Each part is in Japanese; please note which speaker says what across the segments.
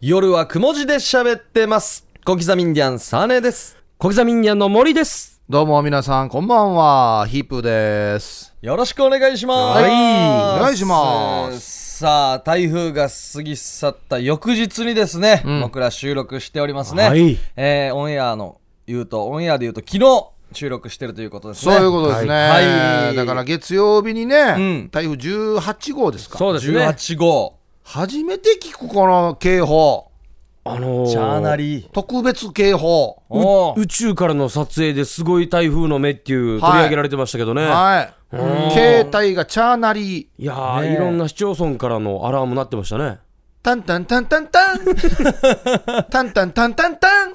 Speaker 1: 夜はくも字で喋ってます。小刻みインディアン、サネです。
Speaker 2: 小刻みにゃんの森です。
Speaker 3: どうも皆さんこんばんはヒープーです
Speaker 1: よろしくお願いします。。
Speaker 3: はいお願いします
Speaker 1: さあ、台風が過ぎ去った翌日にですね、
Speaker 3: ん
Speaker 1: 僕ら収録しておりますね。
Speaker 2: はい
Speaker 1: えーオンエアの言うと、オンエアで言うと昨日収録してるということです
Speaker 3: そ
Speaker 1: ね。
Speaker 3: ういうことですね、
Speaker 1: はいはい
Speaker 3: だから月曜日にね、
Speaker 1: ん
Speaker 3: 台風18号ですか
Speaker 2: そうですね。
Speaker 1: 18号、
Speaker 3: 初めて聞くこの警報
Speaker 2: あのー
Speaker 1: チャーナリー。
Speaker 3: 特別警報
Speaker 1: おー
Speaker 2: 宇宙からの撮影ですごい台風の目っていう取り上げられてましたけどね。
Speaker 3: はい携帯がチャーナリー
Speaker 2: い、やー、
Speaker 1: ねえ
Speaker 2: いろんな市町村からのアラームなってましたね。
Speaker 3: タンタンタンタンタンタンタンタンタンタン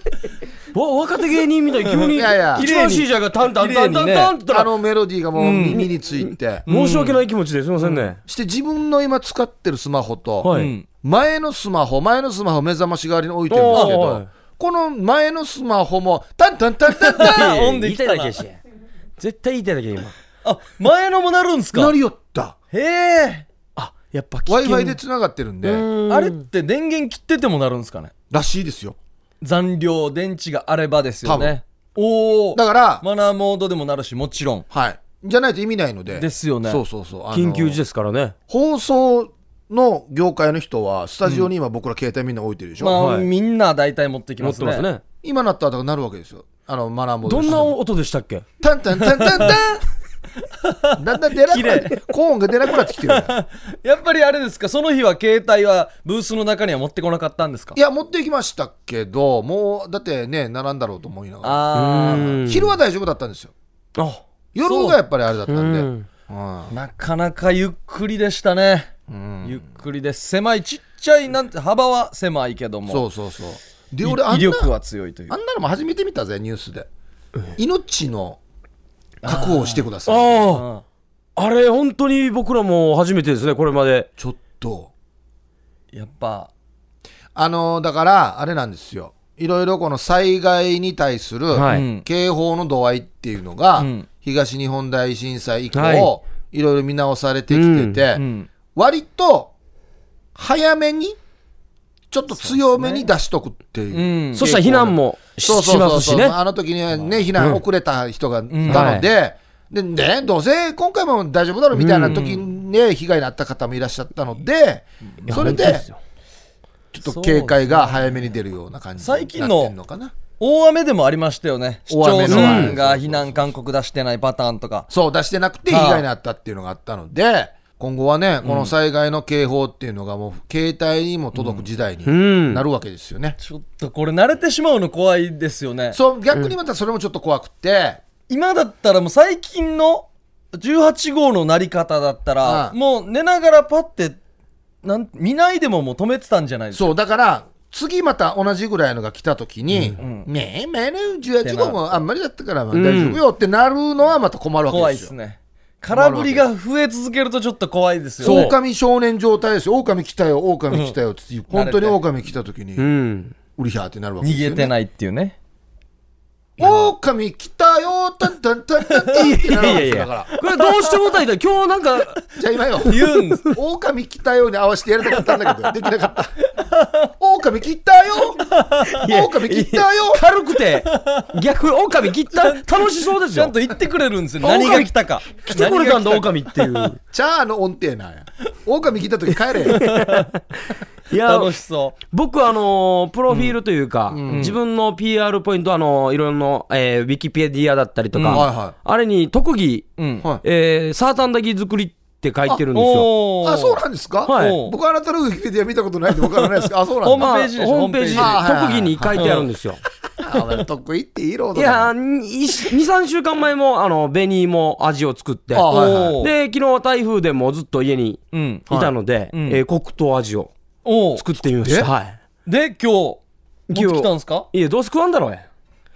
Speaker 2: わ若手芸人みたいに急に
Speaker 3: いやいや
Speaker 2: 一番 C じゃがタンタンタンタンタンって言った
Speaker 3: あ
Speaker 2: ら
Speaker 3: のメロディーがもう耳について、
Speaker 2: 申し訳ない気持ちですいませんね。
Speaker 3: して自分の今使ってるスマホと、
Speaker 2: は
Speaker 1: う
Speaker 2: い。
Speaker 1: ん
Speaker 3: 前のスマホ前のスマホ目覚まし代わりに置いてるんですけ
Speaker 2: おーはい
Speaker 3: どこの前のスマホもタンタンタンタン タン
Speaker 1: オンで
Speaker 2: 言
Speaker 1: 来
Speaker 2: いた
Speaker 1: た
Speaker 2: い
Speaker 1: な
Speaker 2: だけやし。絶対言いたいだけや今。
Speaker 1: あ、前のもなるんすか
Speaker 3: なりよった
Speaker 1: へえ。
Speaker 2: あやっぱ危
Speaker 3: w i
Speaker 2: 険
Speaker 3: f i でつながってるんで、
Speaker 1: あれって電源切っててもなるんですかね
Speaker 3: らしいですよ
Speaker 1: 残量電池があればですよねおお
Speaker 3: だから、
Speaker 1: マナーモードでもなるしもちろん
Speaker 3: はいじゃないと意味ないので
Speaker 1: ですよね
Speaker 3: そうそうそうあの
Speaker 2: 緊急時ですからね。
Speaker 3: 放送の業界の人はスタジオに今僕ら携帯みんな置いてるでしょ、
Speaker 1: まあ、
Speaker 2: はい
Speaker 1: みんな大体持ってき
Speaker 2: 持
Speaker 1: ま
Speaker 2: って
Speaker 1: す
Speaker 2: ま
Speaker 1: ね
Speaker 2: すね。
Speaker 3: 今なったらだからなるわけですよあのマナーモードの
Speaker 2: どん
Speaker 3: 人
Speaker 2: な音でしたっけ？
Speaker 3: タンタンタンタンタンだんだん出なくなってコーンが出なくなってきてるね
Speaker 1: やっぱりあれですかその日は携帯はブースの中には持ってこなかったんですか
Speaker 3: いや持ってきましたけどもうだってね並んだろうと思いながら
Speaker 1: あー
Speaker 2: うん
Speaker 3: 昼は大丈夫だったんですよ
Speaker 2: あ
Speaker 3: 夜がやっぱりあれだったんで、
Speaker 2: う
Speaker 3: うん
Speaker 2: ん
Speaker 1: なかなかゆっくりでしたね、ゆっくりです狭いちっちゃいなんて幅は狭いけども
Speaker 3: そうそうそうで
Speaker 1: い
Speaker 3: 俺あ
Speaker 1: 威
Speaker 3: ん
Speaker 1: 力
Speaker 3: な
Speaker 1: は強いという
Speaker 3: あんなのも初めて見たぜニュースで命の確保をしてください
Speaker 2: ああ。あれ本当に僕らも初めてですねこれまで。
Speaker 3: ちょっと
Speaker 1: うんやっぱ
Speaker 3: あのだからあれなんですよいろいろこの災害に対する
Speaker 2: はい
Speaker 3: 警報の度合いっていうのが、
Speaker 1: うん
Speaker 3: 東日本大震災以降、
Speaker 2: はい
Speaker 3: い、ろいろ見直されてきてて、
Speaker 1: ん
Speaker 3: 割と早めにちょっと強めに出しとくっていう
Speaker 1: うん
Speaker 2: そしたら避難もし
Speaker 3: そうそう
Speaker 2: ま
Speaker 3: そう
Speaker 2: す
Speaker 3: そ
Speaker 2: し
Speaker 3: う、
Speaker 2: ね。
Speaker 3: あの時にはね、避難遅れた人がいたので、でね、どうせ今回も大丈夫だろうみたいな時にね、被害になった方もいらっしゃったので、それ
Speaker 2: いや本当
Speaker 3: で、
Speaker 2: すよ
Speaker 3: ちょっと警戒が早めに出るような感じ
Speaker 1: 最近の
Speaker 3: になってんのかな。
Speaker 1: 大雨でもありましたよね市町
Speaker 3: 大雨の
Speaker 1: 村が避難勧告出してないパターンとか
Speaker 3: そう、出してなくて被
Speaker 1: はい
Speaker 3: 害になったっていうのがあったので、今後はね、この災害の警報っていうのがもう携帯にも届く時代に
Speaker 2: ん
Speaker 3: なるわけですよね。
Speaker 1: ちょっとこれ慣れてしまうの怖いですよね
Speaker 3: そう、逆にまたそれもちょっと怖くて、
Speaker 1: 今だったらもう最近の18号のなり方だったら、
Speaker 3: うん
Speaker 1: もう寝ながらパッてなん見ないでももう止めてたんじゃないですか
Speaker 3: そうだから次また同じぐらいのが来た時に、ねえ前の18号もあんまりだったからまあ大丈夫よってなるのはまた困るわ
Speaker 1: 怖
Speaker 3: け
Speaker 1: いで
Speaker 3: で
Speaker 1: すす
Speaker 3: よ。
Speaker 1: ね空振りが増え続けるとちょっと怖いですよ
Speaker 3: そう
Speaker 1: ね
Speaker 3: 狼少年状態ですよ。狼来たよ、狼来たよって言って、
Speaker 1: うん
Speaker 3: 本当に
Speaker 1: 慣れて
Speaker 3: 狼来た時に、
Speaker 2: うん。
Speaker 3: ウリヒャーってなるわけで
Speaker 1: 逃
Speaker 3: すよ、
Speaker 1: げ
Speaker 3: ね。
Speaker 1: てないっていうね
Speaker 3: い。狼来たよ、タンタンタンタンタンってなるわけですよ。だから。
Speaker 2: これどうしてもたいだ今日なんか
Speaker 3: じゃあ今 よ。
Speaker 1: 言うんです
Speaker 3: 狼来たように合わせてやりたかったんだけど、できなか った。狼来たよ狼来たよ
Speaker 2: 軽くて逆に狼切った楽しそうです
Speaker 1: ちゃん
Speaker 2: よ
Speaker 1: と言ってくれるんですよ
Speaker 2: 狼
Speaker 1: 何が来たか
Speaker 2: 来てくれたんだ
Speaker 1: 何が来
Speaker 2: 狼っていう
Speaker 3: チャーの音程なんや。狼来た時帰れよ。
Speaker 2: い
Speaker 1: た
Speaker 2: や
Speaker 1: か楽しそ
Speaker 2: 僕あのープロフィールというか、自分の PR ポイントあのーいろんな、えーウィキペディアだったりとか、
Speaker 3: うんはいはい
Speaker 2: あれに特技、
Speaker 1: ううん
Speaker 3: はい
Speaker 2: えーサーターアンダギー作りって書いてるんですよ
Speaker 1: おー
Speaker 3: あ、そうなんですか、
Speaker 2: はい
Speaker 3: 僕あなたのウィキペディア見たことないんでわからないですかあ、そ
Speaker 1: ほ
Speaker 3: うなんん
Speaker 1: ま
Speaker 3: だ。
Speaker 1: ホー
Speaker 2: ま
Speaker 1: ムペー
Speaker 2: あ
Speaker 1: ジでしょ
Speaker 2: ホームページで
Speaker 3: ホームページで
Speaker 2: 特技に書いてあるんですよ
Speaker 3: あお前得意っていいロー
Speaker 2: い
Speaker 3: ドだ
Speaker 2: や
Speaker 3: な。
Speaker 2: 23週間前もあの紅も味を作って
Speaker 3: あはいはい
Speaker 1: おー
Speaker 2: で昨日は台風でもうずっと家に
Speaker 1: うん
Speaker 2: いたので、
Speaker 1: うん
Speaker 2: えー黒糖味を
Speaker 1: おー
Speaker 2: 作ってみました。
Speaker 3: 作
Speaker 2: はい。
Speaker 1: で今日持ってきたんですか
Speaker 2: いや、どうせ食わんだろうや。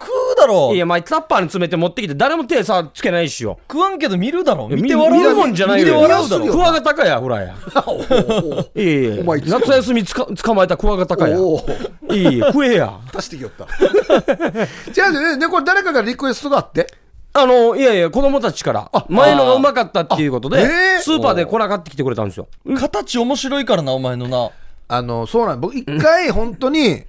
Speaker 1: 食うだろう
Speaker 2: いや、まあ、タッパーに詰めて持ってきて、誰も手さ、つけないしよ。
Speaker 1: 食わんけど見るだろ見て
Speaker 2: み
Speaker 1: 笑う
Speaker 2: 見るもんじゃないよ。
Speaker 1: 見て笑うだろ
Speaker 3: 見やすいよ
Speaker 2: クワガタかや、ほらや。いやいや
Speaker 3: お前いつ
Speaker 2: 夏休みつか捕まえたクワガタかや。い
Speaker 3: おおー、
Speaker 2: やいや、食えや。
Speaker 3: 出してきよった。違う違うね、これ誰かからリクエストがあって。
Speaker 2: あの、いやいや、子供たちから、前のがうまかったっていうこと
Speaker 3: あ
Speaker 2: で
Speaker 3: え、ー
Speaker 2: スーパーで粉買ってきてくれたんですよ。
Speaker 1: 形面白いからなお前のな
Speaker 3: あのそうなん僕一回本当に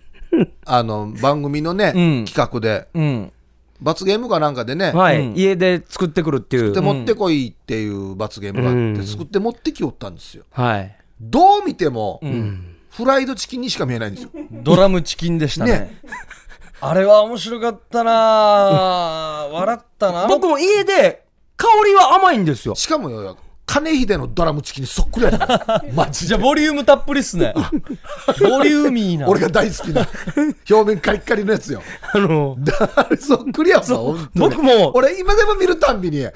Speaker 3: あの番組のね、
Speaker 1: うん
Speaker 3: 企画で
Speaker 1: うん
Speaker 3: 罰ゲームかなんかでね、
Speaker 2: はい、
Speaker 1: うん
Speaker 2: 家で作ってくるっていう
Speaker 3: で持ってこいっていう罰ゲームがあって、
Speaker 2: うん
Speaker 3: 作って持ってきよったんですよ
Speaker 2: はい
Speaker 3: どう見ても、フライドチキンにしか見えないんですよ
Speaker 1: ドラムチキンでしたね
Speaker 3: ね
Speaker 1: あれは面白かったなぁ笑ったな
Speaker 2: 僕も家で香りは甘い んですよ
Speaker 3: しかもよ金秀のドラムチキンにそっくりやったのマジ
Speaker 1: じゃあボリュームたっぷりっすねボリューミーな
Speaker 3: 俺が大好きな表面カリッカリのやつよ
Speaker 2: あの
Speaker 3: だあれそっくりやもん
Speaker 2: 僕も
Speaker 3: 俺今でも見るたんびに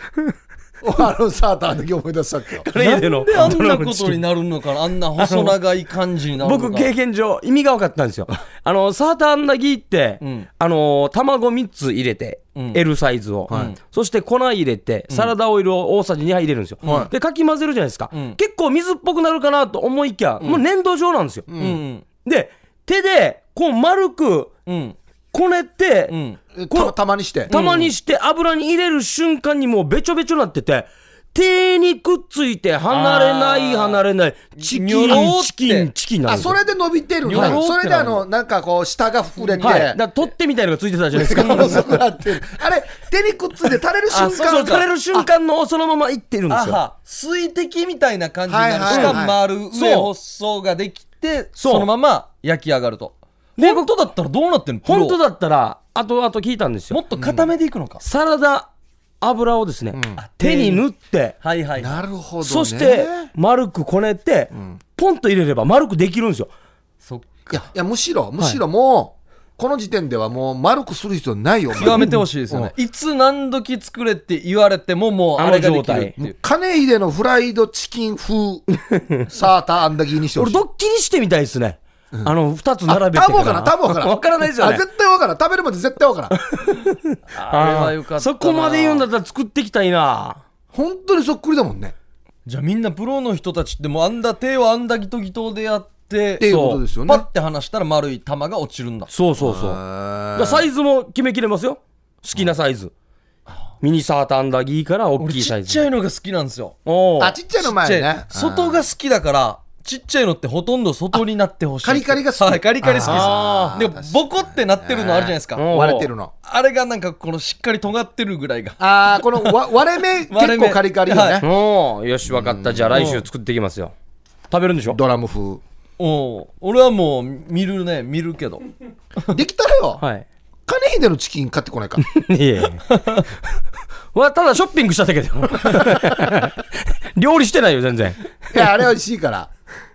Speaker 3: あのサーターの時思い出したっけよ
Speaker 2: 家
Speaker 1: な
Speaker 2: で
Speaker 1: ん
Speaker 2: の
Speaker 1: であん
Speaker 2: ド
Speaker 1: な
Speaker 2: ラ
Speaker 1: こ
Speaker 2: ムチ
Speaker 1: と
Speaker 2: キ
Speaker 1: に
Speaker 2: ン
Speaker 1: なるのかなあんな細長い感じになるのか
Speaker 2: 僕経験上意味が分かったんですよあのサーターアンダギーって、
Speaker 1: うん
Speaker 2: あの卵3つ入れて、
Speaker 1: うん
Speaker 2: L サイズを、
Speaker 1: はい
Speaker 2: そして粉入れてサラダオイルを大さじ2杯入れるんですよ、
Speaker 1: はい
Speaker 2: でかき混ぜるじゃないですか、
Speaker 1: うん
Speaker 2: 結構水っぽくなるかなと思いきや、もう粘土状なんですよ、
Speaker 1: うんうん
Speaker 2: で手でこう丸く
Speaker 1: うん
Speaker 2: こねて、
Speaker 1: うん
Speaker 2: こ
Speaker 3: たたまにして
Speaker 2: たまにして油に入れる瞬間にもうべちょべちょなってて、手にくっついて離れない
Speaker 1: あー
Speaker 2: 離れない、チキン
Speaker 1: にょろーっ、て
Speaker 2: チキン、チキンなん
Speaker 3: あ
Speaker 2: ですよ
Speaker 3: それで伸びてる
Speaker 1: ニョロってな
Speaker 3: な
Speaker 1: る
Speaker 3: それであのなんかこう下が触れて、
Speaker 2: はい。だから取っ手みたいのがついてたじゃないですか。
Speaker 3: 細くなってるあれ手にくっついて垂れる瞬
Speaker 2: あ
Speaker 3: 間
Speaker 2: そうそう垂れる瞬間のそのままいってるんです
Speaker 1: あ
Speaker 2: よ。
Speaker 1: は水滴みたいな感じになる
Speaker 3: はいはいはい
Speaker 1: 下丸上
Speaker 2: そう
Speaker 1: 細ができて
Speaker 2: そう
Speaker 1: そのまま焼き上がると
Speaker 2: で
Speaker 1: 本当だったらどうなってんのプロ
Speaker 2: 本当だったら、あとあと聞いたんです
Speaker 1: も
Speaker 2: よ。
Speaker 1: っと固めでいくのか
Speaker 2: サラダ油をですね、
Speaker 1: あ
Speaker 2: 手に塗って、
Speaker 1: はいはい
Speaker 3: なるほど、ね、
Speaker 2: そして丸くこねて、ポンと入れれば丸くできるんですよ。
Speaker 1: そっか
Speaker 3: いやいやむしろむしろもう、この時点ではもう丸くする必要ないよ
Speaker 1: 極めてほしいですよねいつ何時作れって言われてももうあれができるっていう
Speaker 3: 金秀のフライドチキン風サーターアンダギーにしてほし
Speaker 2: 俺
Speaker 3: い
Speaker 2: ドッキリしてみたいですね。あの、二つ
Speaker 3: あ
Speaker 2: 並べて
Speaker 3: 多分わからん多分わ からん
Speaker 2: わからないですよね
Speaker 3: あ。絶対わからん食べるまで絶対わからん
Speaker 1: あれはよかったな
Speaker 2: そこまで言うんだったら作ってきたいな
Speaker 3: 本当にそっくりだもんね
Speaker 1: じゃあみんなプロの人たちってもうあんだ手をあんだギトギトでやって
Speaker 3: っていうことですよね
Speaker 1: パッて離したら丸い玉が落ちるんだ
Speaker 2: そうそうそうだからサイズも決めきれますよ好きなサイズ、ミニサーターアンダギーから大
Speaker 1: 俺
Speaker 2: きい
Speaker 1: ち
Speaker 2: サ
Speaker 1: っ
Speaker 2: イズ
Speaker 1: ちゃいのが好きなんですよ
Speaker 2: おう
Speaker 3: あちっちゃいの前ね
Speaker 1: ちっちゃい外が好きだからちっちゃいのってほとんど外になってほしい
Speaker 3: カリカリが好き
Speaker 1: はいカリカリ好きです
Speaker 2: あ
Speaker 1: でボコってなってるのあるじゃないですか、
Speaker 2: うん
Speaker 3: うん割れてるの
Speaker 1: あれがなんかこのしっかり尖ってるぐらいが
Speaker 3: ああこのわ割れ目
Speaker 1: 割れ
Speaker 3: 結
Speaker 1: 目
Speaker 3: 構カリカリよね、
Speaker 1: はい
Speaker 2: おうよし分かったじゃあ来週作ってきますよ食べるんでしょ
Speaker 3: ドラム風
Speaker 1: おう俺はもう見るね見るけど
Speaker 3: できたらよ、
Speaker 2: はい
Speaker 3: 金秀のチキン買ってこないか
Speaker 2: いえいえ わただショッピングしただけだよ 料理してないよ全然
Speaker 3: いやあれは美味しいから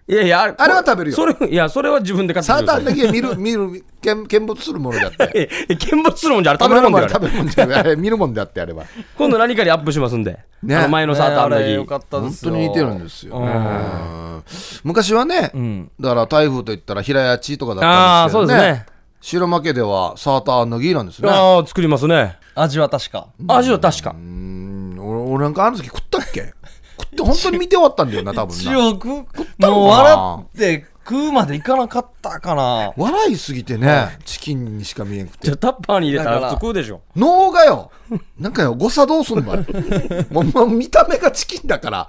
Speaker 2: いやいやあれ
Speaker 3: あれは食べるよ
Speaker 2: それいやそれは自分で買って
Speaker 3: サ
Speaker 2: く
Speaker 3: ー
Speaker 2: だ
Speaker 3: ター
Speaker 2: さ
Speaker 3: ア
Speaker 2: い
Speaker 3: ンダギーは見る見る見見物するものだって
Speaker 2: ええ見物するもんじゃあれ食べるもんだよあれ
Speaker 3: 食べるもんじゃないあれ見るもんであってあれは
Speaker 2: 今度何かにアップしますんで、
Speaker 3: ね
Speaker 2: あの前のサーターアンダ
Speaker 1: ねあ
Speaker 2: ギ
Speaker 1: れ
Speaker 2: ー、
Speaker 1: よかったで
Speaker 3: 本
Speaker 1: す
Speaker 3: 当
Speaker 1: よ
Speaker 3: に似てるんですよ、
Speaker 1: うん
Speaker 3: うん昔はね、だから台風といったら平屋地とかだったんですけど、ね、
Speaker 2: あーそうですね
Speaker 3: 白負けではサーターアンダギーなんですね
Speaker 2: ああ作りますね
Speaker 1: 味は確か
Speaker 2: 味は確か、
Speaker 3: うん俺俺なんかあの時食ったっけ食って本当に見て終わったんだよな多分
Speaker 1: 一
Speaker 3: な
Speaker 1: 応食う
Speaker 3: たのか
Speaker 1: もう
Speaker 3: な
Speaker 1: 笑って食うまでいかなかったかな
Speaker 3: 笑いすぎてねチキンにしか見えんくて
Speaker 2: じゃあタッパーに入れた
Speaker 1: だからら
Speaker 2: 普通食うでしょ
Speaker 3: 脳がよなんかよ誤差どうすんのあれもうもう見た目がチキンだから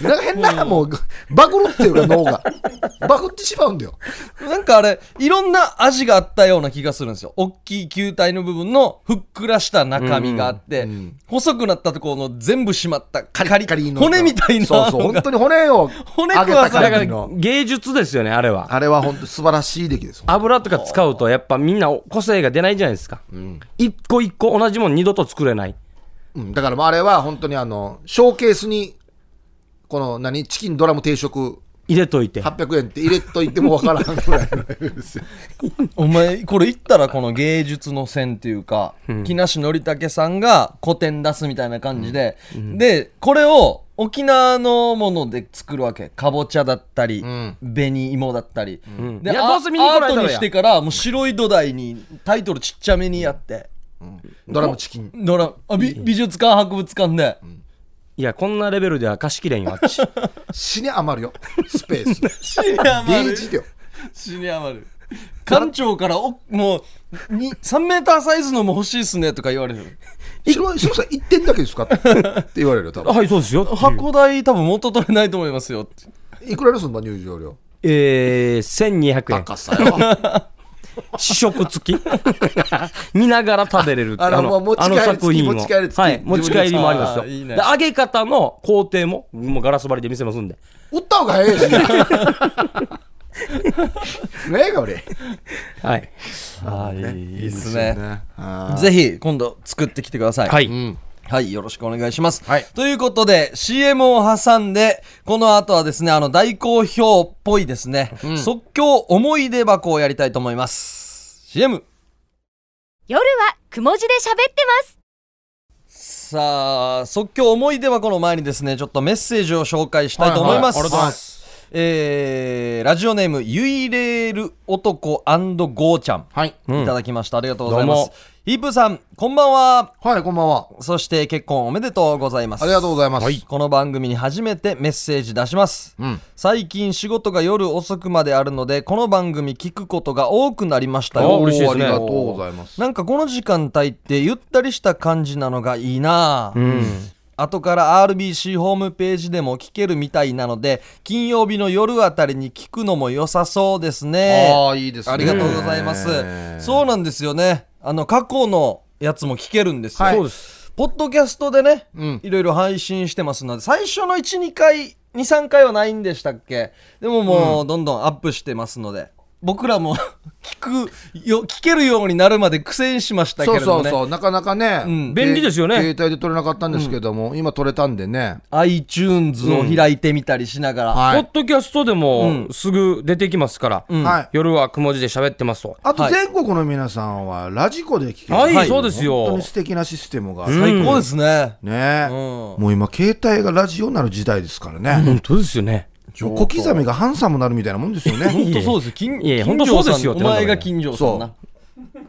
Speaker 3: なんか変なもうバグるっていうか脳がバグってしまうんだよ
Speaker 1: なんかあれいろんな味があったような気がするんですよ大きい球体の部分のふっくらした中身があって、細くなったところの全部締まったカリカリ骨みたいな
Speaker 3: そうそう
Speaker 1: のが
Speaker 3: 本当に骨を
Speaker 1: 骨
Speaker 3: 揚
Speaker 1: 食
Speaker 3: げ
Speaker 1: わ
Speaker 3: た
Speaker 1: され
Speaker 2: だ
Speaker 1: る
Speaker 3: 感
Speaker 2: か
Speaker 3: じ
Speaker 2: ら
Speaker 3: の
Speaker 2: 芸術ですよねあれは
Speaker 3: あれは本当に素晴らしい出来です
Speaker 2: 油とか使うとやっぱみんな個性が出ないじゃないですか、一個一個同じもん二度と作れない
Speaker 3: うん、だからもうあれは本当にあのショーケースにこの何チキンドラム定食
Speaker 2: 入れといて
Speaker 3: 800円って入れといてもわからんぐらいのレベルですよ
Speaker 1: お前これ言ったらこの芸術の線っていうか、木梨憲武さんが古典出すみたいな感じで、でこれを沖縄のもので作るわけかぼちゃだったり、
Speaker 3: ん
Speaker 1: 紅芋だったり、
Speaker 2: ん
Speaker 1: で
Speaker 2: いや
Speaker 1: あ
Speaker 2: どうせ見に来られた
Speaker 1: ア
Speaker 2: ら
Speaker 1: ー
Speaker 2: や
Speaker 1: トにしてからもう白い土台にタイトルちっちゃめにやって、
Speaker 3: ドラムチキン
Speaker 1: だからあ美美術館博物館で、
Speaker 2: いやこんなレベルでは貸し切れんよあ っち
Speaker 3: 死に余るよスペ ース
Speaker 1: 死に余
Speaker 3: デイ
Speaker 1: る
Speaker 3: ジだよ
Speaker 1: 死に余る館長からおもうに3メーターサイズのも欲しいっすねとか言われる
Speaker 3: 白白さん1点だけですかって言われるよ多分
Speaker 2: はいそうですよっていう
Speaker 1: 箱代多分元取れないと思いますよって
Speaker 3: いくらですんの入場料
Speaker 2: えー、1200円
Speaker 3: 高さよ。
Speaker 2: 試食付き 見ながら食べれるって
Speaker 3: あのもう持ち帰り付き持ち帰り付き
Speaker 2: はい、持ち帰りもありますよ
Speaker 1: あーいいね
Speaker 2: で揚げ方の工程ももうガラス張りで見せますんで
Speaker 3: 売った方がええ しな。ねえか、俺。
Speaker 2: はい、
Speaker 1: あーいいです
Speaker 3: い
Speaker 1: ね
Speaker 3: いですよねあ
Speaker 1: ぜひ今度作ってきてください
Speaker 2: はい
Speaker 1: はい、よろしくお願いします。
Speaker 3: はい
Speaker 1: ということで、CM を挟んで、この後はですね、あの、大好評っぽいですね、即興思い出箱をやりたいと思います。CM!
Speaker 4: 夜はくも字で喋ってます
Speaker 1: さあ、即興思い出箱の前にですね、ちょっとメッセージを紹介したいと思います。。
Speaker 3: はいはいありがとうございます
Speaker 1: えー、ラジオネーム、ゆいれる男ゴーちゃん。
Speaker 3: はい。
Speaker 1: いただきました。ありがとうございま
Speaker 2: どう
Speaker 1: す
Speaker 2: も。
Speaker 1: ヒープーさん、こんばんは。
Speaker 3: はい、こんばんは。
Speaker 1: そして結婚おめでとうございます。
Speaker 3: ありがとうございます。
Speaker 1: この番組に初めてメッセージ出します、
Speaker 3: うん
Speaker 1: 最近仕事が夜遅くまであるのでこの番組聞くことが多くなりました
Speaker 2: あ
Speaker 1: よ
Speaker 2: 嬉しいです
Speaker 3: あり
Speaker 2: ね
Speaker 3: がとうございます。
Speaker 1: なんかこの時間帯ってゆったりした感じなのがいいなぁ、
Speaker 2: うん、
Speaker 1: 後から RBC ホームページでも聞けるみたいなので金曜日の夜あたりに聞くのも良さそうですね
Speaker 3: ああ、いいですね。
Speaker 1: ありがとうございます、そうなんですよねあの過去のやつも聞けるんですよ、
Speaker 2: そうです
Speaker 1: ポッドキャストでね、
Speaker 3: うん
Speaker 1: いろいろ配信してますので、最初の1、2回、2、3回はないんでしたっけでももう、どんどんアップしてますので、僕らも 聞くよ、聞けるようになるまで苦戦しましたけ
Speaker 3: そう
Speaker 1: れど
Speaker 3: そ
Speaker 1: も
Speaker 3: う
Speaker 1: ね。
Speaker 3: そう、なかなかね、
Speaker 1: ん
Speaker 2: 便利ですよね
Speaker 3: 携帯で撮れなかったんですけども、今撮れたんでね。
Speaker 1: iTunes を開いてみたりしながら。
Speaker 3: は
Speaker 2: ポッ。ドキャストでもすぐ出てきますから、
Speaker 1: ん
Speaker 3: はい。
Speaker 2: 夜はくも字で喋ってますと
Speaker 3: あと
Speaker 1: はい
Speaker 3: 全国の皆さんはラジコで聞ける。
Speaker 2: はい、
Speaker 1: はい
Speaker 2: そうです
Speaker 3: 本当
Speaker 2: よ
Speaker 3: に素敵なシステムがある。
Speaker 2: うん
Speaker 1: 最高ですね。
Speaker 3: ね
Speaker 1: うん
Speaker 3: もう今、携帯がラジオになる時代ですからね。
Speaker 2: 本当ですよね
Speaker 3: もう小刻みがハンサムになるみたいなもんですよ ね。
Speaker 1: 本当そうですよ。金
Speaker 2: いやいや
Speaker 1: 金
Speaker 2: 本当そうです
Speaker 1: 城
Speaker 2: よ
Speaker 1: さんお前が金城さん
Speaker 3: そ
Speaker 1: な。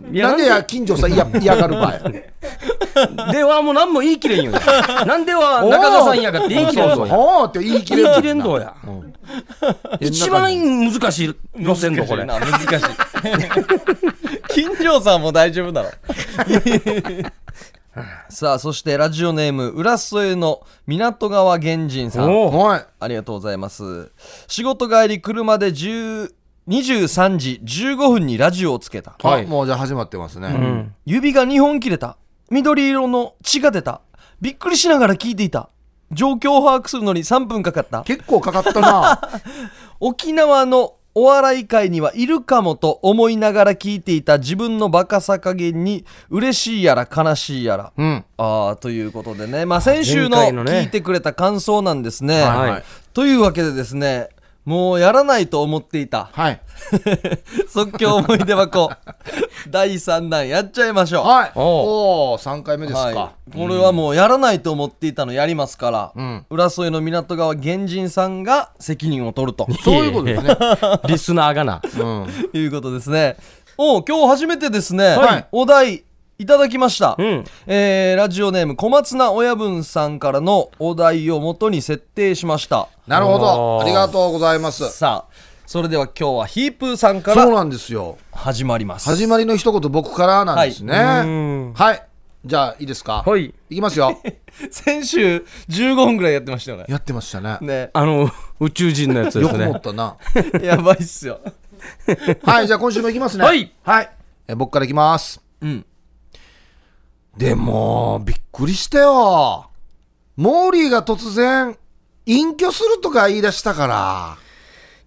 Speaker 3: なんでや、近所さん嫌嫌がる場合。
Speaker 2: ではもう何も言い切れん よねなんでは中田さんやがって言い切れん
Speaker 3: そう
Speaker 2: ぞ
Speaker 3: そうほーって言い切れ
Speaker 2: 言
Speaker 3: る
Speaker 2: い切れんどや一番難しい路線だこれ
Speaker 1: 難しいな難しい。金城さんも大丈夫だ ろ。さあ、そしてラジオネーム、浦添の港川源人さん。
Speaker 2: おう
Speaker 3: はい。
Speaker 1: ありがとうございます。仕事帰り、車で10 23時15分にラジオをつけた。
Speaker 2: はい
Speaker 3: あもうじゃあ始まってますね。
Speaker 1: 指が2本切れた。緑色の血が出た。びっくりしながら聞いていた。状況を把握するのに3分かかった。
Speaker 3: 結構かかった な。
Speaker 1: 沖縄のお笑い界にはいるかもと思いながら聞いていた自分のバカさ加減に嬉しいやら悲しいやら。
Speaker 3: うん。
Speaker 1: あーということでね、まあ、先週の
Speaker 2: 前回のね
Speaker 1: 聞いてくれた感想なんですね。
Speaker 2: はいはい
Speaker 1: というわけでですね、もうやらないと思ってい た
Speaker 3: はい。
Speaker 1: 即興思い出箱第3弾やっちゃいましょう。
Speaker 3: はい。
Speaker 2: お
Speaker 3: おお3回目ですか
Speaker 1: は。い、これはもうやらないと思っていたのやりますから、
Speaker 3: ん
Speaker 1: 浦添の港川源人さんが責任を取ると
Speaker 3: そういうことですね。
Speaker 2: リスナーがな
Speaker 3: うん。
Speaker 1: いうことですね。おう今日初めてですね、
Speaker 3: はい
Speaker 1: お題いただきました、
Speaker 2: ん
Speaker 1: えーラジオネーム小松菜親分さんからのお題を元に設定しました。
Speaker 3: なるほ
Speaker 2: お
Speaker 3: ど。
Speaker 2: ー
Speaker 3: ありがとうございます。
Speaker 1: さあそれでは今日はヒープーさんか
Speaker 3: そう
Speaker 1: ら
Speaker 3: なんですよ。
Speaker 1: 始まります
Speaker 3: 始まりの一言僕からなんですね。
Speaker 2: はいう
Speaker 3: は
Speaker 2: ん
Speaker 3: い。じゃあいいですか。
Speaker 2: はい。
Speaker 3: いきますよ。
Speaker 1: 先週15分ぐらいやってましたよね
Speaker 3: やってましたね。
Speaker 1: ね
Speaker 2: あの宇宙人のやつで
Speaker 3: よ
Speaker 2: す
Speaker 3: く持
Speaker 2: ね
Speaker 3: ったな。
Speaker 1: やばいっすよ
Speaker 3: はい、じゃあ今週もいきますね。
Speaker 2: はい。
Speaker 3: はい。え僕からいきます。
Speaker 1: うん
Speaker 3: でも、びっくりしたよ。モーリーが突然、隠居するとか言い出したから。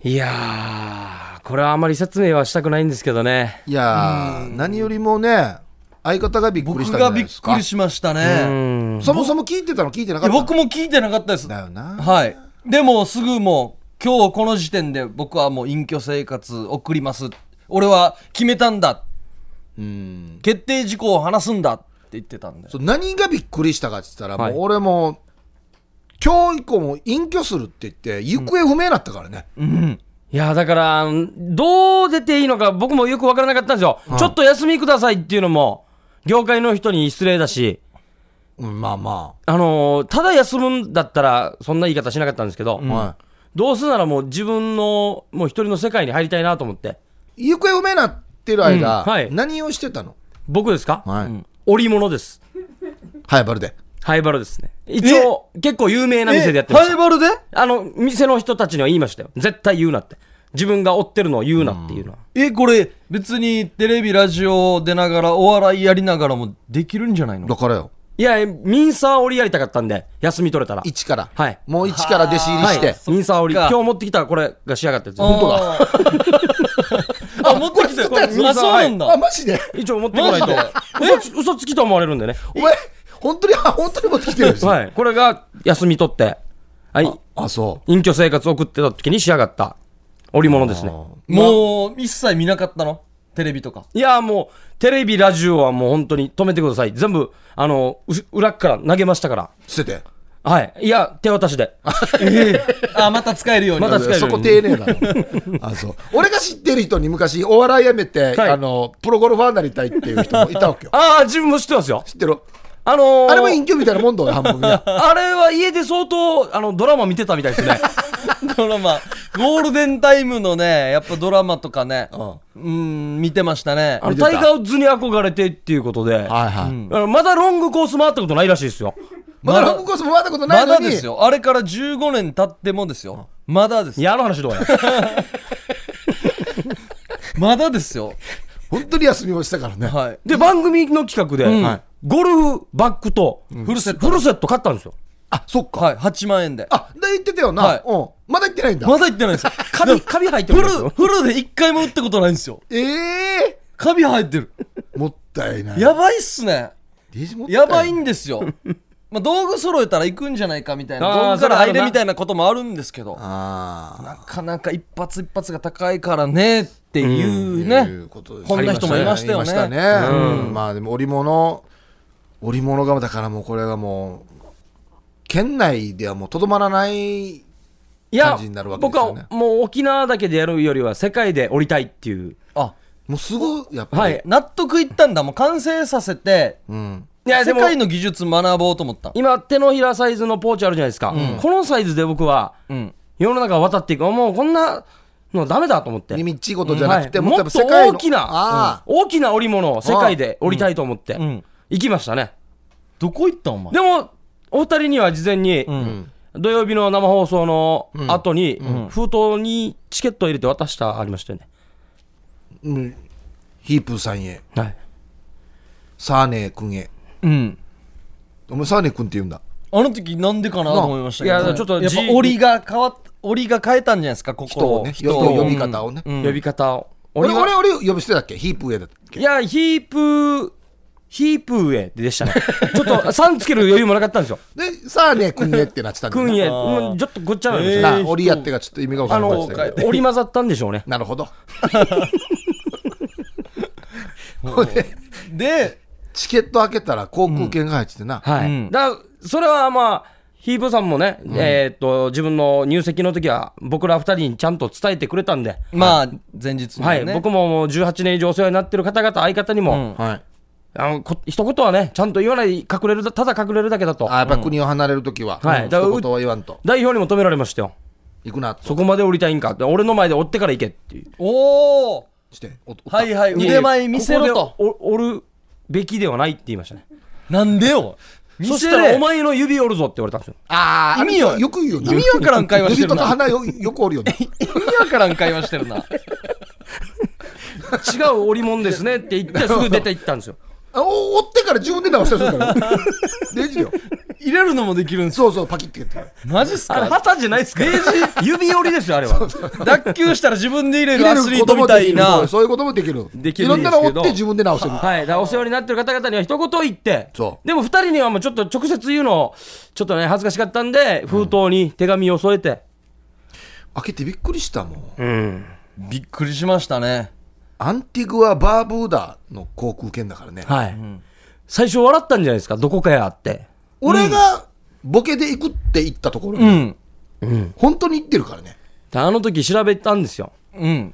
Speaker 2: いやーこれはあまり説明はしたくないんですけどね
Speaker 3: いやー、何よりもね、相方がびっくり
Speaker 1: 僕
Speaker 3: したんじゃ
Speaker 1: が
Speaker 3: な
Speaker 1: び
Speaker 3: い
Speaker 1: っ
Speaker 3: ですか。
Speaker 1: くりしました
Speaker 2: う
Speaker 1: ね
Speaker 2: ん
Speaker 3: そもそも聞いてたの聞いてないかっ
Speaker 1: や
Speaker 3: た
Speaker 1: 僕も聞いてなかったです
Speaker 3: だよな。
Speaker 1: はいでもすぐもう今日この時点で僕はもう隠居生活送ります俺は決めたんだ
Speaker 3: うん。
Speaker 1: 決定事項を話すんだって言ってたんで
Speaker 3: そう何がびっくりしたかって言ったら、
Speaker 2: はい
Speaker 3: もう俺も、今日以降も隠居するって言って、行方不明になったからね。
Speaker 1: うん
Speaker 2: いやだからどう出ていいのか僕もよく分からなかったんですよ、ちょっと休みくださいっていうのも業界の人に失礼だし
Speaker 3: うん、まあま
Speaker 2: あのーただ休むんだったらそんな言い方しなかったんですけど、
Speaker 3: あ。はい。
Speaker 2: どうするならもう自分のもう一人の世界に入りたいなと思って
Speaker 3: 行方不明になってる間、
Speaker 2: うんはい
Speaker 3: 何をしてたの
Speaker 2: 僕ですか、
Speaker 3: はい、
Speaker 2: 織物です
Speaker 3: はい、バルデ。
Speaker 2: ハイバルですね一応結構有名な店でやってまし
Speaker 1: ハイ
Speaker 2: た
Speaker 1: バルで
Speaker 2: あの店の人たちには言いましたよ絶対言うなって自分が追ってるのを言うなっていうのは、
Speaker 1: えこれ別にテレビラジオ出ながらお笑いやりながらもできるんじゃないの
Speaker 3: だからよ
Speaker 2: いやミンサー折りやりたかったんで休み取れたら
Speaker 3: 一から、
Speaker 2: はい
Speaker 3: もう一から弟子入りして、
Speaker 1: はい
Speaker 2: ミンサー折り
Speaker 1: そっ
Speaker 2: 今
Speaker 1: か
Speaker 2: 日持ってきたこれが仕上がったやつ
Speaker 1: 本当だあ持ってきて
Speaker 3: これ作ったやつ
Speaker 1: これあそうなん
Speaker 3: あ
Speaker 1: だ
Speaker 3: マジで
Speaker 2: 一応持ってこないと
Speaker 1: マ
Speaker 2: 嘘つ嘘つきと思われるんでね
Speaker 3: お前本当にあ本当に持ってきてるし、
Speaker 2: はいこれが休み取ってはい
Speaker 3: あそう
Speaker 2: 隠居生活送ってた時に仕上がった織物ですね
Speaker 1: もう一切見なかったのテレビとか
Speaker 2: いやもうテレビラジオはもう本当に止めてください全部あのう裏から投げましたから
Speaker 3: 捨てて
Speaker 2: はいいや手渡しで
Speaker 1: あまた使えるように
Speaker 2: また使えるように
Speaker 3: そこ丁寧なのあそう俺が知ってる人に昔お笑いやめて、
Speaker 2: はい
Speaker 3: あのプロゴルファーになりたいっていう人もいたわけよ
Speaker 2: ああ自分も知ってますよ
Speaker 3: 知ってる
Speaker 2: あのー、
Speaker 3: あれも隠居みたいなもんだよ半分や
Speaker 2: あれは家で相当あのドラマ見てたみたいですね
Speaker 1: ドラマゴールデンタイムのねやっぱドラマとかねうん見てましたね
Speaker 2: あの
Speaker 3: 見てた
Speaker 2: タイガー・ウッズに憧れてっていうことで、
Speaker 3: はいはい、
Speaker 2: あのまだロングコース回ったことないらしい ですよ
Speaker 3: まだロングコースも回ったことな
Speaker 1: ま
Speaker 3: いの
Speaker 1: だ
Speaker 3: に、
Speaker 1: ですよあれから15年経ってもですよまだですよ
Speaker 2: やあの話どうや
Speaker 1: まだですよ
Speaker 3: 本当に休みをしたからね、
Speaker 1: はい
Speaker 2: で番組の企画で、
Speaker 1: ん
Speaker 2: はいゴルフバッグと、
Speaker 1: フルセット
Speaker 2: フルセット買ったんですよ
Speaker 3: あそっか、
Speaker 1: はい8万円で
Speaker 3: あで言ってたよな、
Speaker 1: はい
Speaker 3: うん、まだ行ってないんだ、
Speaker 1: まだ行ってないんですよ
Speaker 2: カビカビ入って
Speaker 1: フ
Speaker 2: るん
Speaker 1: ル
Speaker 2: ですよ
Speaker 1: フルで一回も打ったことないんですよ
Speaker 3: ええ
Speaker 1: カビ生えてる
Speaker 3: もったいない
Speaker 1: やばいっすね
Speaker 3: デジもった
Speaker 1: やばい
Speaker 3: い
Speaker 1: んですよ まあ道具揃えたら行くんじゃないかみたいな
Speaker 2: あー
Speaker 1: 道具から
Speaker 2: それあ
Speaker 1: 入
Speaker 2: るな
Speaker 1: れみたいなこともあるんですけど
Speaker 3: あ
Speaker 1: なかなか一発一発が高いからねっていうね、
Speaker 3: あいうことです
Speaker 1: こんな人もいましたよね
Speaker 3: いましたね、うんまあでも織物織物がだからもうこれがもう県内ではもうとどまらない
Speaker 2: いや
Speaker 3: 感じになるわけです
Speaker 2: 僕
Speaker 3: よね
Speaker 2: はもう沖縄だけでやるよりは世界で降りたいっていう
Speaker 1: あ
Speaker 3: もうすぐやっぱり、
Speaker 2: はい
Speaker 1: 納得いったんだもう完成させて
Speaker 3: うん、
Speaker 2: いや
Speaker 1: 世
Speaker 2: でも
Speaker 1: 界の技術学ぼうと思った
Speaker 2: 今手のひらサイズのポーチあるじゃないですか、このサイズで僕は
Speaker 1: うん
Speaker 2: 世の中を渡っていくもうこんなのダメだと思って
Speaker 3: 耳っちいことじゃなくて、
Speaker 2: はい
Speaker 3: も
Speaker 2: も
Speaker 3: っとや
Speaker 2: っ
Speaker 3: っ
Speaker 2: と
Speaker 3: ぱ世界の
Speaker 2: 大きな
Speaker 3: あ、あ、
Speaker 2: うん大きな織物を世界で織りたいと思って
Speaker 1: うん
Speaker 2: 行きましたね
Speaker 1: どこ行ったお前
Speaker 2: でもお二人には事前に
Speaker 1: ん
Speaker 2: 土曜日の生放送の後に封筒にチケットを入れて渡したありましたよね
Speaker 3: うん、ヒープーさんへ
Speaker 2: はい
Speaker 3: サーネー君へ
Speaker 1: うん
Speaker 3: お前サーネー君って言うんだ
Speaker 1: あの時なんでかなと思いましたけど、
Speaker 2: いやちょっと
Speaker 1: やっぱ
Speaker 2: じ
Speaker 1: 檻が変わっ檻が変えたんじゃないですか
Speaker 3: 人
Speaker 1: 心
Speaker 3: を
Speaker 1: を
Speaker 3: ね
Speaker 1: 人を
Speaker 3: 呼び方をね、
Speaker 1: うん
Speaker 2: 呼び方を
Speaker 3: 俺
Speaker 2: は
Speaker 3: 俺俺呼び捨てだっけヒープーへだっけ
Speaker 2: いやヒープーヒープーへでしたねちょっと「さん」つける余裕もなかったんですよ
Speaker 3: でサーネー君へってなってたんだ
Speaker 2: く
Speaker 3: よ
Speaker 2: ん
Speaker 3: な
Speaker 2: へうんちょっとごっちゃなんですよ
Speaker 3: な
Speaker 1: えー
Speaker 3: 折り合ってがちょっと意味が分か
Speaker 2: あ
Speaker 3: んなかっ
Speaker 2: の
Speaker 3: たけど
Speaker 2: 織り交ざったんでしょうね
Speaker 3: なるほど。
Speaker 1: で
Speaker 3: チケット開けたら航空券が入っててな。
Speaker 2: はい、
Speaker 1: うん
Speaker 2: だからそれはまあヒープーさんもね、えーっと自分の入籍の時は僕ら二人にちゃんと伝えてくれたんで、
Speaker 1: まあ前日にね、
Speaker 2: はい僕ももう18年以上お世話になってる方々相方にも、
Speaker 1: うん
Speaker 3: はい。
Speaker 2: あのこ一言はねちゃんと言わない隠れるだただ隠れるだけだと
Speaker 3: あやっぱ国を離れるときは、
Speaker 2: はいだから
Speaker 3: 一言は言わんと。
Speaker 2: 代表にも止められましたよ
Speaker 3: 行くなと。
Speaker 2: そこまで降りたいんかって俺の前で追ってから行けっていう
Speaker 1: おお
Speaker 3: して。おお
Speaker 1: はいはい腕前見せろと
Speaker 2: ここでお折るべきではないって言いましたね
Speaker 1: なんでよ見
Speaker 2: そし
Speaker 1: せ
Speaker 2: たら
Speaker 1: れ
Speaker 2: お前の指折るぞって言われたんですよ
Speaker 3: ああ、
Speaker 1: 意味よ
Speaker 3: よく言うよな。
Speaker 1: 意味わからん会話してるな
Speaker 3: 首とか鼻よよくお るよね。
Speaker 1: 意味わからん会話してるな
Speaker 2: 違う織物ですねって言ってすぐ出て行ったんですよ
Speaker 3: あお折ってから自分で直したりする から。レジよ。
Speaker 1: 入れるのもできるんですよ
Speaker 3: そうそう、パキって言って。
Speaker 1: マジっす
Speaker 2: あれ
Speaker 1: か
Speaker 2: 旗じゃないですか指折りですよあれは
Speaker 1: 脱臼したら自分で 入れ
Speaker 3: 入
Speaker 1: る
Speaker 3: れ
Speaker 1: ア
Speaker 3: る
Speaker 1: スリ
Speaker 3: こ
Speaker 1: ー
Speaker 3: と
Speaker 1: ト
Speaker 3: も
Speaker 1: み
Speaker 3: で
Speaker 1: た
Speaker 3: き
Speaker 1: い
Speaker 3: る。そう
Speaker 1: な
Speaker 3: そういうこともできる。
Speaker 2: できる
Speaker 3: い
Speaker 2: ん
Speaker 3: ろ
Speaker 2: です
Speaker 3: ん
Speaker 2: け
Speaker 3: な
Speaker 2: ど
Speaker 3: の折って自分で直せる。
Speaker 2: はい、だからお世話になってる方々には一言言って
Speaker 3: そう
Speaker 2: でも2人にはもうちょっと直接言うのちょっとね恥ずかしかったんで封筒に手紙を添えて、
Speaker 3: 開けてびっくりしたもん。
Speaker 1: びっくりしましたね
Speaker 3: アンティグア・バーブーダの航空券だからね。
Speaker 2: はい、最初笑ったんじゃないですかどこかやって
Speaker 3: 俺がボケで行くって言ったところ
Speaker 1: う
Speaker 3: に、
Speaker 1: ん
Speaker 3: 本当に行ってるからね。
Speaker 2: であの時調べたんですよ
Speaker 1: うん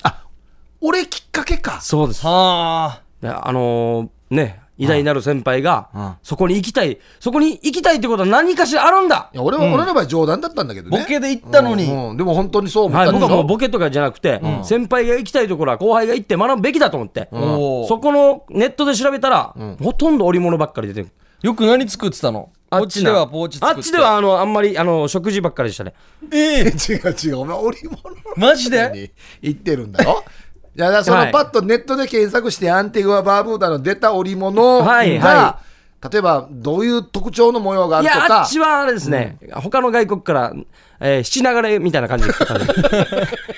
Speaker 3: 俺きっかけか。
Speaker 2: そうです
Speaker 1: はあ
Speaker 2: であのーね偉大なる先輩が、そこに行きたいそこに行きたいってことは何かしらあるんだ
Speaker 3: いや俺は、俺の場合冗談だったんだけどね
Speaker 1: ボケで行ったのに
Speaker 3: うんうんでも本当にそう思っ
Speaker 2: はい、
Speaker 3: たでし
Speaker 2: 僕はもう
Speaker 3: ょ
Speaker 2: ボケとかじゃなくて、先輩が行きたいところは後輩が行って学ぶべきだと思って、
Speaker 1: おー
Speaker 2: そこのネットで調べたら、ほとんど織物ばっかり出てる
Speaker 1: よく何作ってたのあっちではポーチ作
Speaker 2: あ
Speaker 1: って
Speaker 2: っちではあのあんまりあの食事ばっかりでしたね
Speaker 1: ええ
Speaker 3: 違う 違う、お前、織物
Speaker 1: マジで
Speaker 3: に行ってるんだ よ。いや、だからそ
Speaker 2: は
Speaker 3: の
Speaker 2: い
Speaker 3: パッとネットで検索して、アンティグア・バーブーダの出た織物が、
Speaker 2: はいは
Speaker 3: 例えば、どういう特徴の模様があ
Speaker 2: い
Speaker 3: ると
Speaker 2: やあ
Speaker 3: か
Speaker 2: っ、ちはあれですね、他の外国から、えー、七流れみたいな感じで来てたん で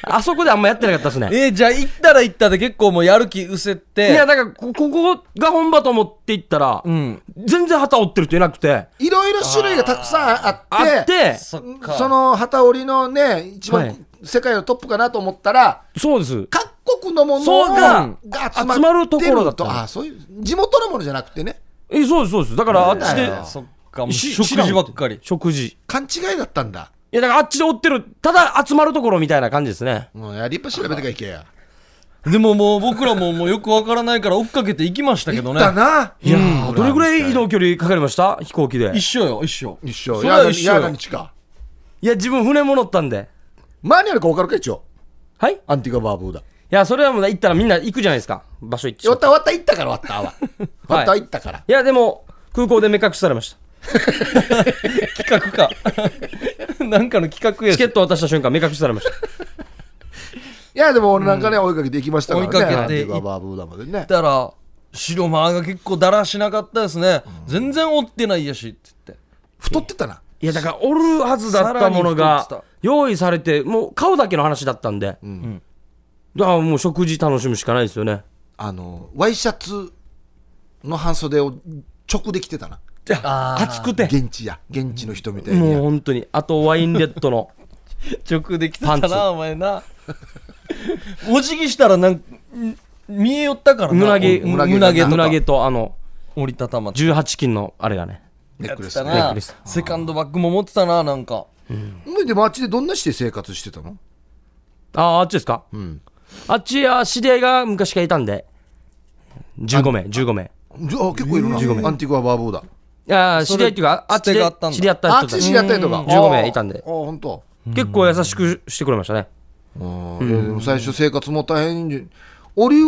Speaker 2: あそこであんまやってなかったですね
Speaker 1: えー、じゃあ行ったら行ったで結構もうやる気うせって
Speaker 2: いやだからこここが本場と思って行ったら、
Speaker 1: ん
Speaker 2: 全然旗折ってる人いなくて
Speaker 3: いろいろ種類がたくさんあ
Speaker 2: あ
Speaker 3: って、
Speaker 2: って
Speaker 1: そっか
Speaker 3: その旗織りのね、一
Speaker 2: はい
Speaker 3: 番世界のトップかなと思ったら、
Speaker 2: そうです
Speaker 3: 各国のもの
Speaker 2: そ
Speaker 3: が
Speaker 2: うか
Speaker 3: が
Speaker 2: 集まるところだったんだ
Speaker 3: あそういう地元のものじゃなくてね
Speaker 2: えそうですそうですだからあっち
Speaker 3: え
Speaker 2: で
Speaker 3: ー
Speaker 1: そっかもう
Speaker 2: し
Speaker 1: 食事ばっかり
Speaker 2: 食事い
Speaker 3: 勘違いだったんだ
Speaker 2: やだからあっちで追ってるただ集まるところみたいな感じですね
Speaker 3: もうやりっぱ調べてかいけや
Speaker 1: でももう僕らももうよくわからないから追っかけて行きましたけどね
Speaker 3: だない
Speaker 2: やーどれぐらい移動距離かかりました飛行機で
Speaker 1: 一緒よ一緒
Speaker 3: 一緒
Speaker 1: それ
Speaker 3: や
Speaker 1: は
Speaker 3: な
Speaker 1: 一緒
Speaker 3: やな
Speaker 1: よ
Speaker 3: にちか
Speaker 2: いや自分船も乗ったんで
Speaker 3: 前にあるか分かるか一応
Speaker 2: はいい
Speaker 3: アンティガバーブーだ
Speaker 2: やそれはもう行ったらみんな行くじゃないですか場所行ってし
Speaker 3: 終
Speaker 2: ま
Speaker 3: わ
Speaker 2: っ
Speaker 3: った終わった行ったから終わ ったわ終わった行ったから
Speaker 2: いやでも空港で目隠しされました
Speaker 1: 企画か なんかの企画や
Speaker 2: チケット渡した瞬間目隠しされました
Speaker 3: いやでも俺なんかね追いかけて行きましたからね
Speaker 1: 追いかけて
Speaker 3: アンティガバーブーだまでね
Speaker 1: ったら白間が結構だらしなかったですね、全然追ってないやしって言って
Speaker 3: 太ってたない
Speaker 2: やだからおるはずだっ
Speaker 1: さら
Speaker 2: たもの
Speaker 1: に太っ
Speaker 2: が
Speaker 1: てた
Speaker 2: 用意されてもう顔だけの話だったんで、だからもう食事楽しむしかないですよね
Speaker 3: あのワイシャツの半袖を直で着てたな
Speaker 2: 暑くて
Speaker 3: 現地や現地の人みたいに
Speaker 2: もう
Speaker 3: や
Speaker 2: 本当にあとワインレッドの
Speaker 1: 直できて
Speaker 2: パ
Speaker 1: た
Speaker 2: ンツ
Speaker 1: なお前な お辞儀したらなんん見えよったからな
Speaker 2: 胸毛
Speaker 1: お胸毛
Speaker 3: 胸毛
Speaker 1: と
Speaker 2: 胸
Speaker 1: か
Speaker 2: 毛とあの
Speaker 1: 折りたたまって
Speaker 2: 18金のあれがね
Speaker 3: ネックレス
Speaker 1: た
Speaker 3: ね
Speaker 2: ネッ
Speaker 1: な
Speaker 2: クレス
Speaker 1: セカンドバッグも持ってたななんか
Speaker 3: お前でもあっちでどんなして生活してたの
Speaker 2: あああっちですか、あっちは知り合いが昔からいたんで15名15名
Speaker 3: じゃあ結構いるな、アンティグア・バーボーダ
Speaker 2: いやー知り合いっていうかああっ
Speaker 1: それ
Speaker 2: ちで
Speaker 1: 捨てがあったんだ
Speaker 2: 知り合った
Speaker 3: あ
Speaker 2: 人
Speaker 3: ったちで
Speaker 2: ち
Speaker 3: 知り合ったりとか
Speaker 2: うん15名いたんで
Speaker 3: ああ本当。
Speaker 2: 結構優しくしてくれましたね
Speaker 3: ああいやでも最初生活も大変じ織り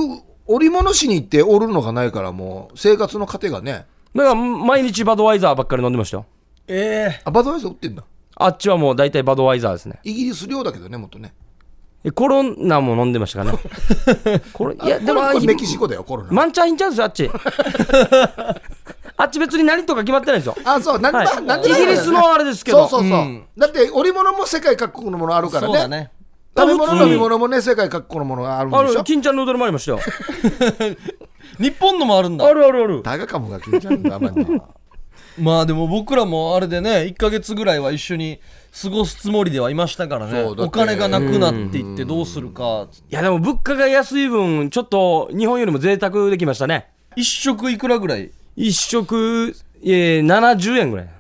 Speaker 3: 織物しに行って織るのがないからもう生活の糧がね
Speaker 2: だから毎日バドワイザーばっかり飲んでましたよ
Speaker 1: ええ
Speaker 3: あバドワイザー売ってんだ
Speaker 2: あっちはもう大体バドワイザーですね
Speaker 3: イギリス領だけどねもっとね
Speaker 2: えコロナも飲んでましたからねコロいやでも
Speaker 3: これメキシコだよコロナ、
Speaker 2: マンチャーヒンチャンですよあっちあっち別に何とか決まってないんですよ
Speaker 3: あそうなんで、
Speaker 2: はい
Speaker 3: なんで
Speaker 2: イギリスのあれですけど
Speaker 3: そうそうそう、だって織物も世界各国のものあるから
Speaker 1: そう
Speaker 3: ね
Speaker 1: だね
Speaker 3: 食べ物
Speaker 2: あ普通
Speaker 3: 飲
Speaker 2: に
Speaker 3: み物もね世界各国のものがあるん
Speaker 2: あ
Speaker 3: でし
Speaker 2: る
Speaker 3: ょ
Speaker 2: 金ちゃんのードルもありましたよ
Speaker 1: 日本のもあるんだ
Speaker 2: あるあるある
Speaker 3: 大学かもが聞いちゃうんだまあ
Speaker 1: まあでも僕らもあれでね1か月ぐらいは一緒に過ごすつもりではいましたからね
Speaker 3: そうだって
Speaker 1: お金がなくなっていってどうするか
Speaker 2: いやでも物価が安い分ちょっと日本よりも贅沢できましたね
Speaker 1: 一食いくらぐらい
Speaker 2: 一食、えー、70円ぐらい
Speaker 3: ぜ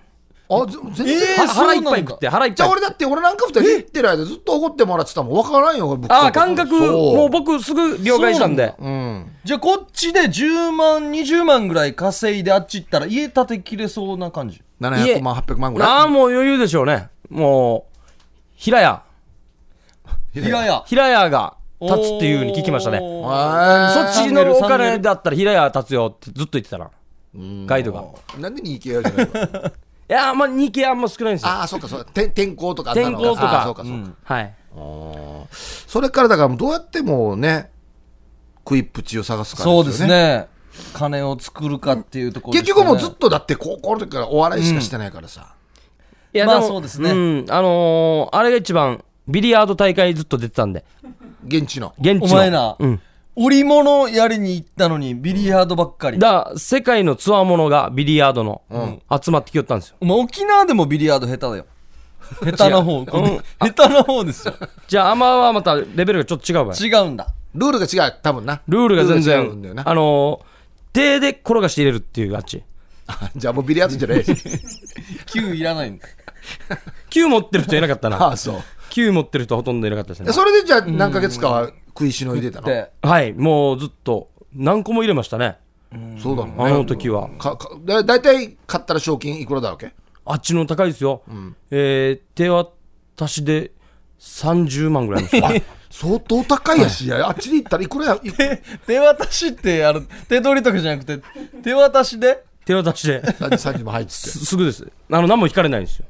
Speaker 3: 全然、
Speaker 1: えー
Speaker 2: は
Speaker 1: そう
Speaker 2: 腹
Speaker 1: ないん
Speaker 2: っ
Speaker 1: だ
Speaker 2: ぱい食って腹いっ
Speaker 3: じゃ
Speaker 2: ぱ
Speaker 3: あ
Speaker 2: い
Speaker 3: 俺だって俺なんか二人行ってる間ずっと怒ってもらってたもん分からんよ僕
Speaker 2: ああ感覚もう僕すぐ了解したんで
Speaker 3: うん
Speaker 1: じゃあこっちで10万20万ぐらい稼いであっち行ったら家建てきれそうな感じ
Speaker 3: 700万800万ぐらい
Speaker 2: ああもう余裕でしょうねもう平屋
Speaker 1: 平屋
Speaker 2: 平屋が建つっていうふうに聞きましたね
Speaker 1: おー
Speaker 3: あ
Speaker 2: そっ
Speaker 3: ー
Speaker 2: ちのお金だったら平屋建つよってずっと言ってたなガイドが
Speaker 3: なんで 2K じゃないの
Speaker 2: いやーまあ 2K あんま少ないんですよ
Speaker 3: ああそうかそうか天天候とかあった
Speaker 2: 天
Speaker 3: の
Speaker 2: 候と
Speaker 3: あー
Speaker 2: か
Speaker 3: そうかそうか、
Speaker 2: はい
Speaker 3: それからだからどうやってもうね食いっぷちを探すか
Speaker 1: そう
Speaker 3: ら
Speaker 1: で
Speaker 3: です
Speaker 1: す
Speaker 3: よね
Speaker 1: ね金を作るかっていうところで
Speaker 3: 結
Speaker 1: すよ
Speaker 3: 局
Speaker 1: ね、
Speaker 3: もうずっとだって高校の時からお笑いしかしてないからさ、
Speaker 2: いや
Speaker 1: まあ
Speaker 2: も
Speaker 1: そうですね
Speaker 2: んあのーあれが一番ビリヤード大会ずっと出てたんで
Speaker 3: 現地の
Speaker 2: 現地の
Speaker 1: お前な、
Speaker 2: うん
Speaker 1: 織物やりに行ったのにビリヤードばっかり、
Speaker 2: だから世界のツアーものがビリヤードの、集まってきよったんですよ
Speaker 1: お前沖縄でもビリヤード下手だよ下手な方、この下手な方ですよ
Speaker 2: じゃあアマはまたレベルがちょっと違うわ
Speaker 1: 違うんだ
Speaker 3: ルールが違う多分な
Speaker 2: ルールが全
Speaker 3: ルール違うんだよ
Speaker 2: 然
Speaker 3: な
Speaker 2: あのー手で転がして入れるっていうあっち
Speaker 3: じゃあもうビリヤードじゃない
Speaker 1: 9いらないんだ
Speaker 2: 球持ってる人いなかった
Speaker 3: あ
Speaker 2: な
Speaker 3: あそう
Speaker 2: 球持ってる人ほとんどいなかったですね
Speaker 3: それでじゃあ何ヶ月かは食いしのいでたの、
Speaker 1: で
Speaker 2: はいもうずっと何個も入れましたね
Speaker 3: そうだろうね
Speaker 2: あの時は
Speaker 3: かかだ大体買ったら賞金いくらだわけ
Speaker 2: あっちの高いですよ、えー手渡しで30万ぐらいあ りました
Speaker 3: 相当高いやし、いやあっちで行ったらいくらやいく
Speaker 1: 手渡しってあの手取りとかじゃなくて手渡しで
Speaker 2: 手渡して、
Speaker 3: 何さっきも入ってて。
Speaker 2: すすぐです。 あの、何も引かれないんですよ。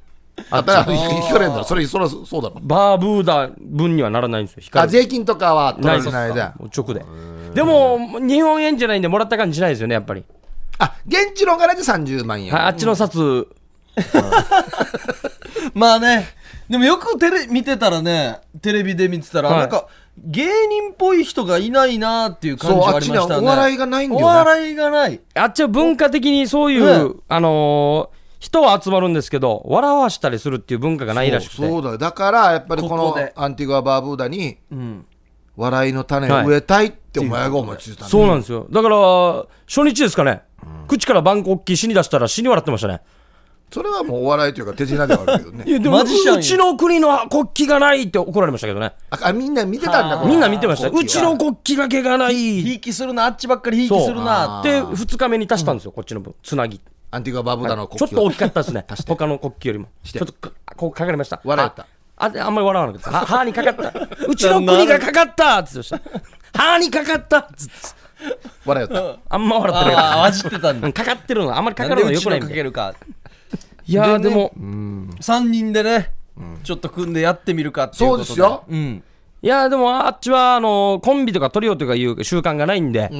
Speaker 3: あたら、引かれんだ。それ、そらそうだろ。
Speaker 2: バーブーダ分にはならないんですよ。引か
Speaker 3: あ、
Speaker 2: れ
Speaker 3: 税金とかは取られないで。
Speaker 2: もう直で。でも、日本円じゃないんで、もらった感じしないですよね、やっぱり。
Speaker 3: あ、現地のお金で30万円。
Speaker 2: はい、あっちの札、
Speaker 1: まあね、でもよくテレ見てたらね、テレビで見てたら、
Speaker 2: はい
Speaker 1: なんか、芸人っぽい人がいないなっていう感じはありまし
Speaker 3: そうあ
Speaker 1: た
Speaker 3: っち
Speaker 1: ね。
Speaker 3: にはお笑いがないんだよね
Speaker 1: お笑いがない。
Speaker 2: あっちは文化的にそういう、あのー人は集まるんですけど、笑わしたりするっていう文化がないらしくて。
Speaker 3: そうそうだよだからやっぱりこ
Speaker 1: こ
Speaker 3: の
Speaker 1: こで
Speaker 3: アンティグア・バーブーダに
Speaker 1: うん。
Speaker 3: 笑いの種を植えたいってお前が思いついたんだ
Speaker 2: そうなんですよ。だから、初日ですかね。口から万国旗死に出したら死に笑ってましたね。
Speaker 3: それはもうお笑いというか手品ではあるけど ね
Speaker 2: いやでも
Speaker 1: マジシャンや
Speaker 2: うちの国の国旗がないって怒られましたけどね。
Speaker 3: ああみんな見てたんだ
Speaker 1: はあ
Speaker 3: この
Speaker 2: みんな見てました。
Speaker 3: こっ
Speaker 2: うちの国旗だけがない。
Speaker 1: ひいきするな、あっちばっかりひいきするなって。
Speaker 2: で、2日目に足したんですよ、こっちの分。つなぎ。
Speaker 3: アンティグア・バーブーダの国
Speaker 2: ちょっ
Speaker 3: 旗
Speaker 2: と
Speaker 3: を
Speaker 2: 大きかったですね。他の国旗よりも。
Speaker 3: し
Speaker 2: ち
Speaker 3: て
Speaker 2: ょっとか、こうかかりました。
Speaker 3: 笑った
Speaker 2: あああんまり笑わなかったです。は歯にかか った。うちの国がかかったっつってました。歯にかかったっつって。
Speaker 3: 笑いよっ
Speaker 2: あんま笑ってなか
Speaker 1: あ
Speaker 2: っ
Speaker 1: あ、わじってたん
Speaker 2: たう
Speaker 1: だ
Speaker 2: ん。。かかってるの、あんまり か
Speaker 1: な
Speaker 2: か
Speaker 1: んで
Speaker 2: るの
Speaker 1: う
Speaker 2: よ
Speaker 1: ち
Speaker 2: くない
Speaker 1: の
Speaker 2: み
Speaker 1: か
Speaker 2: たい
Speaker 1: け
Speaker 2: な。
Speaker 1: るか。
Speaker 2: いやー
Speaker 1: でね
Speaker 2: でも、
Speaker 1: 3人でね、ちょっと組んでやってみるかっていうことで。
Speaker 3: そうですよ
Speaker 1: うん。
Speaker 2: いやーでもあっちはあのコンビとかトリオとかいう習慣がないんで、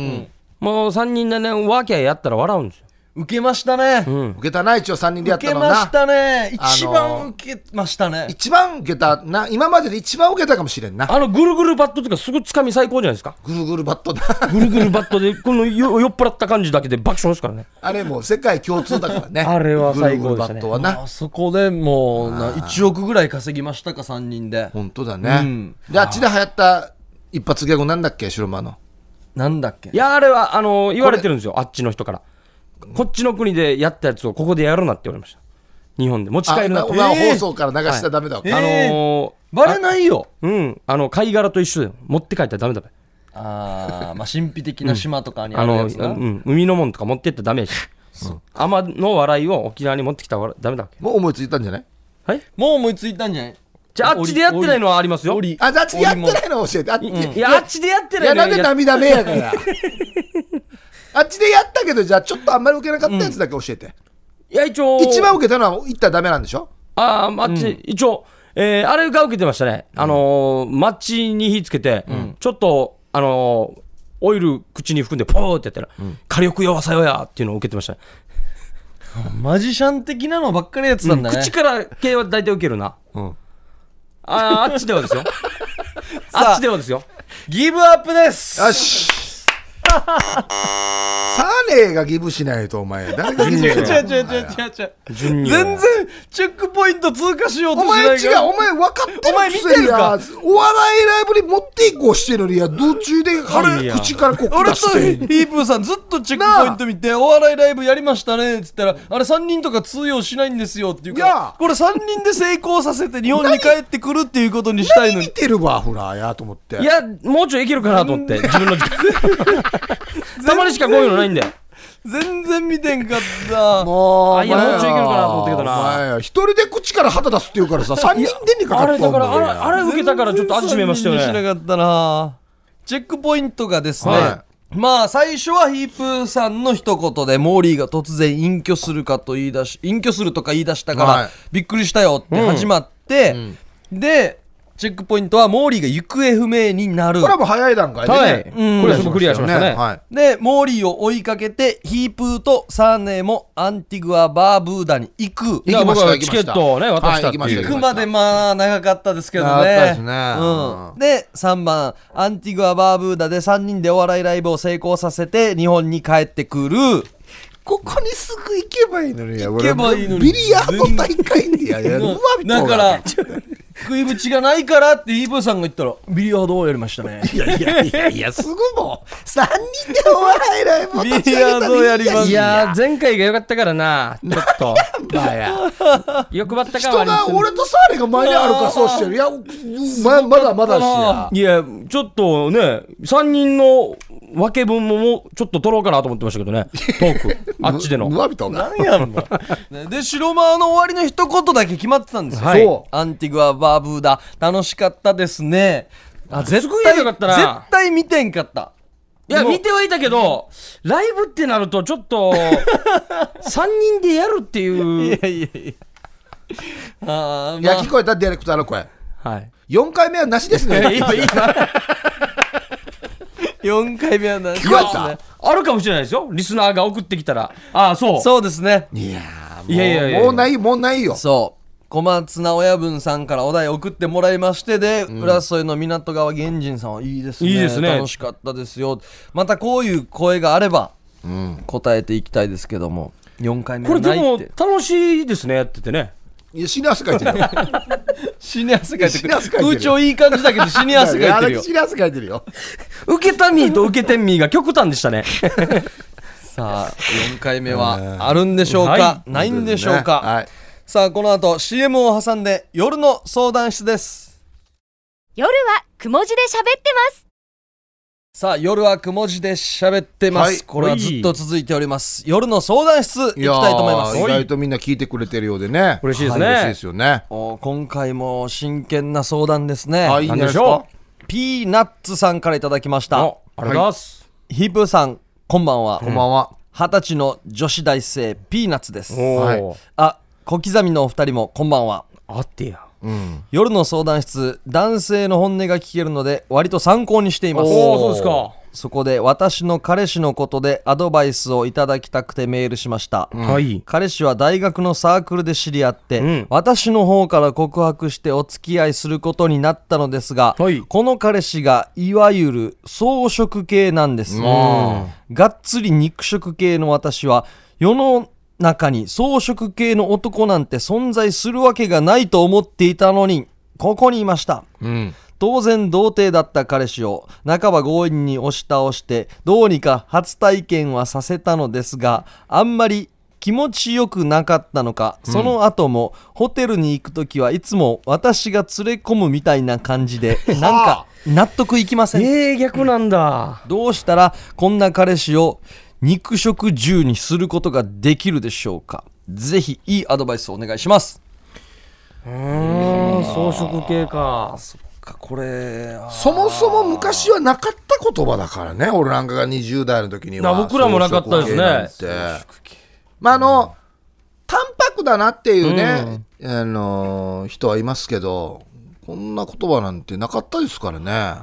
Speaker 2: もう3人でねワーキャーやったら笑うんですよ
Speaker 1: 受けましたね。
Speaker 3: た受けたな一応3人でやっ
Speaker 1: 受
Speaker 3: た
Speaker 1: け
Speaker 3: の
Speaker 1: まし
Speaker 3: な
Speaker 1: たね。一
Speaker 3: あ
Speaker 1: 番
Speaker 3: のー
Speaker 1: 受けましたね。
Speaker 3: 一番受けたな今までで一番受けたかもしれんな
Speaker 2: あのぐるぐるバットとかすぐつかみ最高じゃないですか
Speaker 3: ぐるぐるバットだ
Speaker 2: ぐるぐるバットでこのよ酔っ払った感じだけで爆笑ですからね
Speaker 3: あれもう世界共通だからね
Speaker 2: あれは最
Speaker 3: ぐるぐ
Speaker 2: 高
Speaker 3: る
Speaker 2: で
Speaker 3: バ
Speaker 2: した
Speaker 3: ッ
Speaker 2: ね
Speaker 3: トはな
Speaker 1: あそこでもうな1億ぐらい稼ぎましたか3人で
Speaker 3: 本当だね、
Speaker 1: うん
Speaker 3: であっちで流行った一発ギャグなんだっけ白馬の
Speaker 1: なんだっけ
Speaker 2: いやあれはあの言われてるんですよあっちの人からこっちの国でやったやつをここでやるなって言われました日本で持ち
Speaker 3: あ
Speaker 2: 帰るな
Speaker 3: な
Speaker 2: っ
Speaker 3: お
Speaker 2: て
Speaker 3: 前は放送から流しちゃダメだわ、
Speaker 1: えー
Speaker 2: あのー
Speaker 1: バレないよ
Speaker 2: うんあの貝殻と一緒だよ持って帰ったらダメだべ
Speaker 1: ああまあ神秘的な島とかにあ
Speaker 2: あ
Speaker 1: る
Speaker 2: の、
Speaker 1: や
Speaker 2: う
Speaker 1: つな、
Speaker 2: ん、海のもんとか持ってってダメやし。天の笑いを沖縄に持ってきたらダメだわけ。
Speaker 3: もう思いついたんじゃない
Speaker 2: はい
Speaker 1: もう思いついたんじゃない
Speaker 2: じゃあ、あっちでやってないのはありますよ。
Speaker 1: 檻
Speaker 3: あ、だってやってな
Speaker 1: 檻も
Speaker 3: いの教えて。あっち、
Speaker 2: い
Speaker 3: い
Speaker 2: いや、あっちでやってな
Speaker 3: や、
Speaker 2: いの
Speaker 3: なん
Speaker 2: は
Speaker 3: で
Speaker 2: や
Speaker 3: 涙目やから。あっちでやったけど、じゃあちょっとあんまり受けなかったやつだけ教えて。
Speaker 2: いや、一応、
Speaker 3: 一番受けたのは、行ったらダメなんでしょ
Speaker 2: あーあっち、一応、えーあれが受けてましたね。あのー、マッチに火つけて、ちょっと、あのー、オイル口に含んで、ポーってやったら、火力弱さよやっていうのを受けてましたね。
Speaker 1: マジシャン的なのばっかりやってたんだね、
Speaker 2: 口から系は大体受けるな。あーあっちではですよ。あっちではですよ。
Speaker 1: ギブアップです
Speaker 3: よし。サーネーがギブしないと、お前。誰がギブ
Speaker 1: 違う
Speaker 3: しな
Speaker 1: 違う
Speaker 3: い
Speaker 1: 違う違う違う全
Speaker 2: 順には
Speaker 1: 然チェックポイント通過しようと
Speaker 3: お
Speaker 1: し
Speaker 3: 前
Speaker 1: ないか
Speaker 3: 違う、
Speaker 1: ら
Speaker 3: お前分かって
Speaker 1: お前
Speaker 3: る
Speaker 1: 見
Speaker 3: く
Speaker 1: て
Speaker 3: せに
Speaker 1: る
Speaker 3: や
Speaker 1: か、
Speaker 3: お笑いライブに持っていこうしてるのに、いや、道中で
Speaker 2: い
Speaker 3: 腹、
Speaker 2: や
Speaker 3: 口からこう
Speaker 1: 俺
Speaker 3: 出
Speaker 1: と
Speaker 3: して
Speaker 1: ヒ
Speaker 3: る。
Speaker 1: ープーさんずっとチェックポイント見て「お笑いライブやりましたね」っつったら「あれ3人とか通用しないんですよ」っていうか
Speaker 3: いや
Speaker 1: らこれ3人で成功させて日本に帰ってくるっていうことにしたいの
Speaker 3: 見
Speaker 1: に
Speaker 3: てるわ、ほら、や、と思って。
Speaker 2: いや、もうちょいいけるかなと思って、自分の時間たまにしかこういうのないんで。
Speaker 1: 全然見てんかった
Speaker 3: もう、
Speaker 2: あいや
Speaker 3: お前
Speaker 2: もうちょいいけるかなと思ったけどな
Speaker 3: お前一人で口から肌出すって言うからさ、三人でにかか
Speaker 2: あ
Speaker 3: っ
Speaker 2: れ
Speaker 3: た
Speaker 2: だ
Speaker 3: んだ
Speaker 2: から、あれ、あ
Speaker 3: れ、
Speaker 2: れ受けたからちょっと味しめましたよ
Speaker 1: 全然
Speaker 2: ね。
Speaker 1: しなかったなチェックポイントがですね、
Speaker 3: は
Speaker 1: まあ最初はヒープーさんの一言でモーリーが突然隠居するかと言い出し隠居するとか言い出したから、
Speaker 3: はい
Speaker 1: びっくりしたよって始まって、でチェックポイントはモーリーが行方不明になる
Speaker 3: これはもう早い段階でね。
Speaker 2: はい。こ
Speaker 1: うん
Speaker 2: れはすぐクリアしましたね。
Speaker 3: はい。
Speaker 1: でモーリーを追いかけてヒープーとサーネーもアンティグア・バーブーダに行く
Speaker 3: 行
Speaker 2: いや
Speaker 3: きました
Speaker 2: 僕は
Speaker 3: 行きました
Speaker 2: チケットをね渡したっていう
Speaker 3: は行
Speaker 1: 行
Speaker 3: き
Speaker 1: く
Speaker 3: ま
Speaker 1: ま
Speaker 3: した
Speaker 1: でまあ長かったですけど
Speaker 3: 長か
Speaker 1: ね
Speaker 3: ったですね
Speaker 1: うん
Speaker 3: うん
Speaker 1: で3番アンティグア・バーブーダで3人でお笑いライブを成功させて日本に帰ってくる
Speaker 3: ここにすぐ行けばいいのに、行
Speaker 1: けばいいのに
Speaker 3: ビリヤード大会にやるわ、みたい
Speaker 1: だ
Speaker 3: な。
Speaker 1: から食い縁がないからってイーブーさんが言ったらビリヤードをやりましたね
Speaker 3: いやいやいやいや、すぐもう、三人でお笑いライブを立ち上げ
Speaker 1: ビリヤー
Speaker 3: たのに
Speaker 1: ドやります
Speaker 2: い
Speaker 3: い
Speaker 2: や
Speaker 3: や
Speaker 2: ー、前回が良かったからな、ちょっと。
Speaker 3: いやいや、
Speaker 2: 欲張った感は
Speaker 3: 人
Speaker 2: ありま
Speaker 3: が
Speaker 2: すね
Speaker 3: 俺とサーレが前にあるからそうしてる。いや、ままだまだしや。
Speaker 2: いや、ちょっとね、3人の分け分ももうちょっと取ろうかなと思ってましたけどね、トーク、あっちでの。
Speaker 3: うわ、みたいな。
Speaker 1: 何やんのねで白間の終わりの一言だけ決まってたんですよ、
Speaker 2: はい
Speaker 1: そうアンティグア・バーブーダ楽しかったですねあ絶
Speaker 2: すごい
Speaker 1: 対
Speaker 2: 良かったな
Speaker 1: 絶対見てんかった
Speaker 2: いや、見てはいたけど、ライブってなると、ちょっと、3人でやるっていう、
Speaker 1: あー、まあ、
Speaker 3: や、聞こえたディレクターの声。
Speaker 2: はい。
Speaker 3: 4回目はなしですね。
Speaker 2: 今、今、
Speaker 1: 4回目はな
Speaker 3: 聞こえた
Speaker 2: あるかもしれないですよ。リスナーが送ってきたら。ああ、そう。
Speaker 1: そうですね。
Speaker 3: いやーもう
Speaker 2: いやいやいや
Speaker 3: もうない、もうないよ。
Speaker 1: そう。小松菜親分さんからお題送ってもらいましてで、浦添の港川源人さんはいいですね
Speaker 2: いいですね
Speaker 1: 楽しかったですよまたこういう声があれば答えていきたいですけども4回目
Speaker 2: こ
Speaker 1: は
Speaker 2: れ
Speaker 1: な
Speaker 2: で
Speaker 1: い
Speaker 2: も
Speaker 1: って、
Speaker 2: 楽しいですね、やっててね。
Speaker 3: いや、死に汗かいてるよ。
Speaker 1: 死に汗かいて
Speaker 3: 死
Speaker 1: る
Speaker 3: に汗かいてる
Speaker 1: 空調いい感じだけど死に汗かいてるよ
Speaker 3: や死に汗かいてるよ。
Speaker 2: 受けたミーと受けてんミーが極端でしたね。
Speaker 1: さあ4回目はあるんでしょうか、
Speaker 2: は
Speaker 1: ないんでしょうか、
Speaker 3: はい。
Speaker 1: さあこの後 CM を挟んで夜の相談室です
Speaker 4: 夜はくも字で喋ってます。
Speaker 1: さあ夜はくも字で喋ってます、
Speaker 3: はい
Speaker 1: これはずっと続いております夜の相談室行きたいと思います
Speaker 3: やー意外とみんな聞いてくれてるようでね。
Speaker 2: 嬉しいですね
Speaker 3: は嬉しいですよね。
Speaker 1: お今回も真剣な相談ですね、
Speaker 3: はいいいんじゃないですか。
Speaker 1: ピーナッツさんからいただきまし
Speaker 2: ああ
Speaker 1: た
Speaker 2: りがとうございます。
Speaker 1: ヒープーさんこんばんは
Speaker 3: こんばんは。
Speaker 1: 二十歳の女子大生ピーナッツです
Speaker 2: お
Speaker 3: はい
Speaker 2: おー、
Speaker 1: あ小刻みのお二人もこんばんは
Speaker 2: あってや。
Speaker 3: うん。
Speaker 1: 夜の相談室男性の本音が聞けるので割と参考にしています
Speaker 2: おお、そうですか。
Speaker 1: そこで私の彼氏のことでアドバイスをいただきたくてメールしました、
Speaker 2: はい。
Speaker 1: 彼氏は大学のサークルで知り合って、
Speaker 2: ん
Speaker 1: 私の方から告白してお付き合いすることになったのですが、
Speaker 2: はい
Speaker 1: この彼氏がいわゆる草食系なんです、がっつり肉食系の私は世の中に草食系の男なんて存在するわけがないと思っていたのにここにいました
Speaker 3: うん。
Speaker 1: 当然童貞だった彼氏を半ば強引に押し倒してどうにか初体験はさせたのですがあんまり気持ちよくなかったのか、その後もホテルに行く時はいつも私が連れ込むみたいな感じでなんか納得いきません
Speaker 2: ええ、逆なんだ。
Speaker 1: どうしたらこんな彼氏を肉食獣にすることができるでしょうかぜひいいアドバイスをお願いします
Speaker 2: うーん、草食系か。
Speaker 1: これ
Speaker 3: そもそも昔はなかった言葉だからね、俺なんかが20代の時には。
Speaker 2: な僕らもなかったですね
Speaker 3: 草食系なんてまああの、淡白だなっていうね、あのー、人はいますけど、こんな言葉なんてなかったですからね。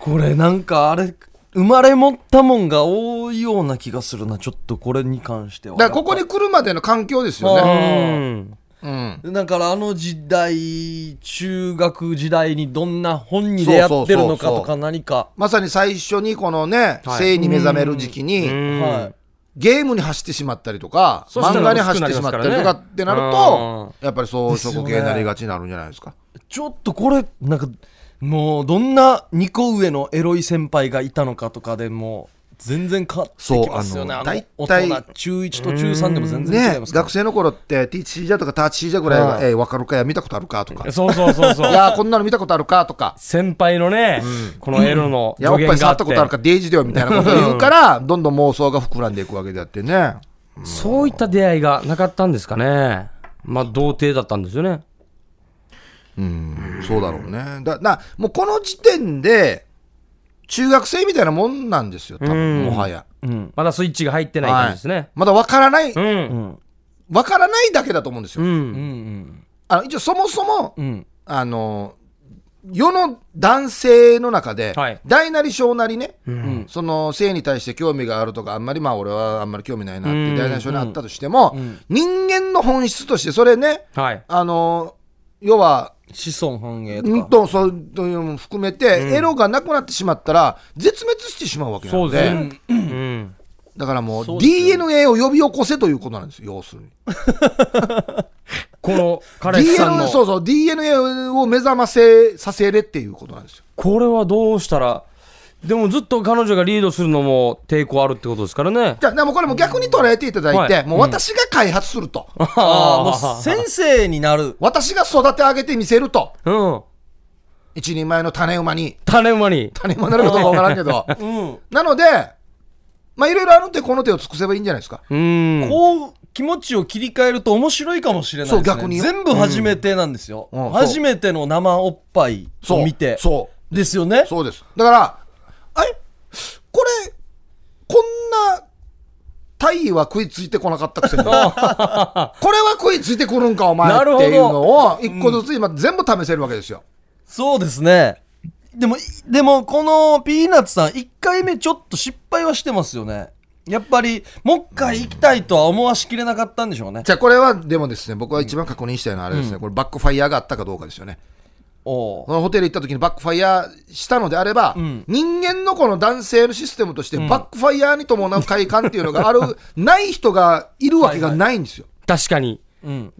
Speaker 1: これなんかあれ生まれ持ったもんが多いような気がするなちょっとこれに関しては
Speaker 3: だからここに来るまでの環境ですよ
Speaker 1: あ
Speaker 3: ね。
Speaker 1: ー
Speaker 2: うん。
Speaker 3: うん。
Speaker 1: だからあの時代中学時代にどんな本に出会ってるのかと
Speaker 3: そうそうそうそ
Speaker 1: か
Speaker 3: う
Speaker 1: 何か
Speaker 3: まさに最初にこのね、
Speaker 2: はい
Speaker 3: 性に目覚める時期に、
Speaker 2: うん
Speaker 1: は
Speaker 3: ゲームに走ってしまったりとか、
Speaker 2: そしたら
Speaker 3: 漫画に走ってしまったりとかってなると、やっぱり草食系になりがちになるんじゃないですか。
Speaker 1: いちょっとこれなんかもうどんな2個上のエロい先輩がいたのかとかでもう全然変わってきますよね
Speaker 3: そうあの
Speaker 1: あの
Speaker 3: 大体
Speaker 1: 大人中1と中3でも全然違い
Speaker 3: ね
Speaker 1: ますから
Speaker 3: 学生の頃って、ティーチージャーとかターチージャーぐらいは、
Speaker 1: はい
Speaker 3: えーわかるかや、見たことあるかと か、い
Speaker 2: そうそうそうそう。
Speaker 3: やー、こんなの見たことあるかとか、
Speaker 2: 先輩のね、このエロの
Speaker 3: いや、お
Speaker 2: 助
Speaker 3: っ
Speaker 2: 言
Speaker 3: ぱい
Speaker 2: が
Speaker 3: 触
Speaker 2: あ
Speaker 3: っ
Speaker 2: って
Speaker 3: たことあるか、デイジだよみたいなことを言うから、どんどん妄想が膨らんでいくわけであってね。
Speaker 2: そういった出会いがなかったんですかねまあ童貞だったんですよね
Speaker 3: うん、そうだろうね。だな、もうこの時点で、中学生みたいなもんなんですよ、多分もはや。
Speaker 1: うん
Speaker 2: まだスイッチが入ってない感じですね、
Speaker 3: まだわからない、わ
Speaker 2: うん
Speaker 3: からないだけだと思うんです
Speaker 2: う
Speaker 1: う
Speaker 3: よ。
Speaker 1: んん
Speaker 3: あの一応、そもそも、
Speaker 1: うんうん
Speaker 3: あの、世の男性の中で、
Speaker 2: はい
Speaker 3: 大なり小なりね、
Speaker 1: ん
Speaker 3: その性に対して興味があるとか、あんまりまあ俺はあんまり興味ないなっ
Speaker 2: う
Speaker 3: て、
Speaker 2: ん
Speaker 3: 大なり小なりあったとしても、
Speaker 1: うん
Speaker 3: 人間の本質として、それね、
Speaker 2: はい
Speaker 3: あの、要は、
Speaker 1: 子孫繁栄
Speaker 3: うん
Speaker 1: とか
Speaker 3: と、そういうのも含めて、エロがなくなってしまったら、絶滅してしまうわけな
Speaker 2: そ
Speaker 3: の
Speaker 2: うです
Speaker 3: で、
Speaker 2: ね、うん、
Speaker 3: だからも
Speaker 1: そう
Speaker 3: う、
Speaker 1: ですよ
Speaker 3: DNA を呼び起こせということなんですよ、要するに。
Speaker 2: この彼氏さん
Speaker 3: DNA
Speaker 2: の
Speaker 3: そうそう、DNA を目覚ませさせれっていうことなんですよ。
Speaker 2: これはどうしたらでもずっと彼女がリードするのも抵抗あるってことですからね
Speaker 3: じゃあ、でもこれも逆に捉えていただいて、
Speaker 2: はい
Speaker 3: もう私が開発すると、
Speaker 1: ああもう先生になる
Speaker 3: 私が育て上げてみせると、
Speaker 2: うん
Speaker 3: 一人前の種馬に、
Speaker 2: 種馬に
Speaker 3: 種馬になるかどうかわからんけ ど、
Speaker 1: うん
Speaker 3: なので、まあ、いろいろあの手この手を尽くせばいいんじゃないですか。
Speaker 2: うん
Speaker 1: こう気持ちを切り替えると面白いかもしれないです、ね、
Speaker 3: そう逆によ
Speaker 1: 全部初めてなんですよ、
Speaker 3: うんうんそう
Speaker 1: 初めての生おっぱい
Speaker 3: そ
Speaker 1: を
Speaker 3: う。
Speaker 1: 見て
Speaker 3: そう。
Speaker 1: ですよね
Speaker 3: そうです。だから、あれこれ、こんな、大意は食いついてこなかったく せに、これは食いついてくるんか、お前
Speaker 2: なる
Speaker 3: っ
Speaker 2: ほど
Speaker 3: ていうのを、一個ずつ今全部試せるわけですよ。
Speaker 1: そうですね。でも、いでも、このピーナッツさん、1回目ちょっと失敗はしてますよね。やっぱり、もう一回行きたいとは思わしきれなかったんでしょうね。
Speaker 3: じゃあこれは、でもですね、僕は一番確認したいのはあれですね、これバックファイヤーがあったかどうかですよね。
Speaker 1: おう
Speaker 3: このホテル行った時にバックファイヤーしたのであれば、
Speaker 1: ん
Speaker 3: 人間のこの男性のシステムとして、バックファイヤーに伴う快感っていうのがあ る、ない人がいるわけがないんですよ。
Speaker 2: 確かに。
Speaker 1: うん。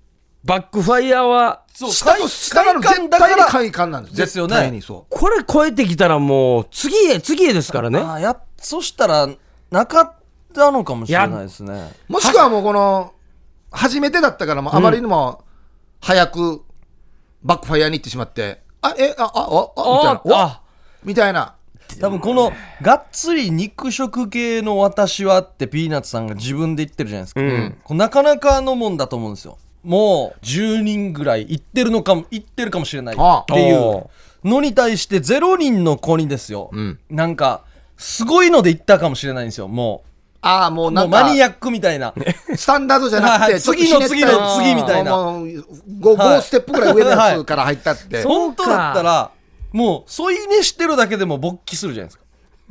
Speaker 2: バックファイヤーは、
Speaker 1: そう
Speaker 3: 下と下なの絶対に快感なんです。
Speaker 1: ですよね
Speaker 3: 絶対にそう。
Speaker 2: これ超えてきたらもう、次へ、次へですからね。
Speaker 1: ああやそしたらなかったのかもしれないですね
Speaker 3: もしくはもうこの、初めてだったから、もうあまりにも早くバックファイヤーに行ってしまって、あ、え、あ、あ、あ、あ、みたいな。あ
Speaker 2: あ、
Speaker 3: みたいな。
Speaker 1: 多分このがっつり肉食系の私はってピーナッツさんが自分で言ってるじゃないですか、こうなかなかのもんだと思うんですよもう10人ぐらい行ってるのかも行ってるかもしれない
Speaker 3: あ
Speaker 1: ってい
Speaker 2: お
Speaker 1: うのに対して0人の子にですよ、
Speaker 3: ん
Speaker 1: なんかすごいので行ったかもしれないんですよも
Speaker 3: ああ、もう
Speaker 1: うも
Speaker 3: な
Speaker 1: うん
Speaker 3: か
Speaker 1: マ、ニアックみたいな
Speaker 3: スタンダードじゃなくて、
Speaker 1: 次の次の次みたいなはい
Speaker 3: 5ステップぐらい上のやつから入ったって。
Speaker 2: そう
Speaker 1: 本
Speaker 2: か
Speaker 1: 当だったらもう添い寝してるだけでも勃起するじゃないですか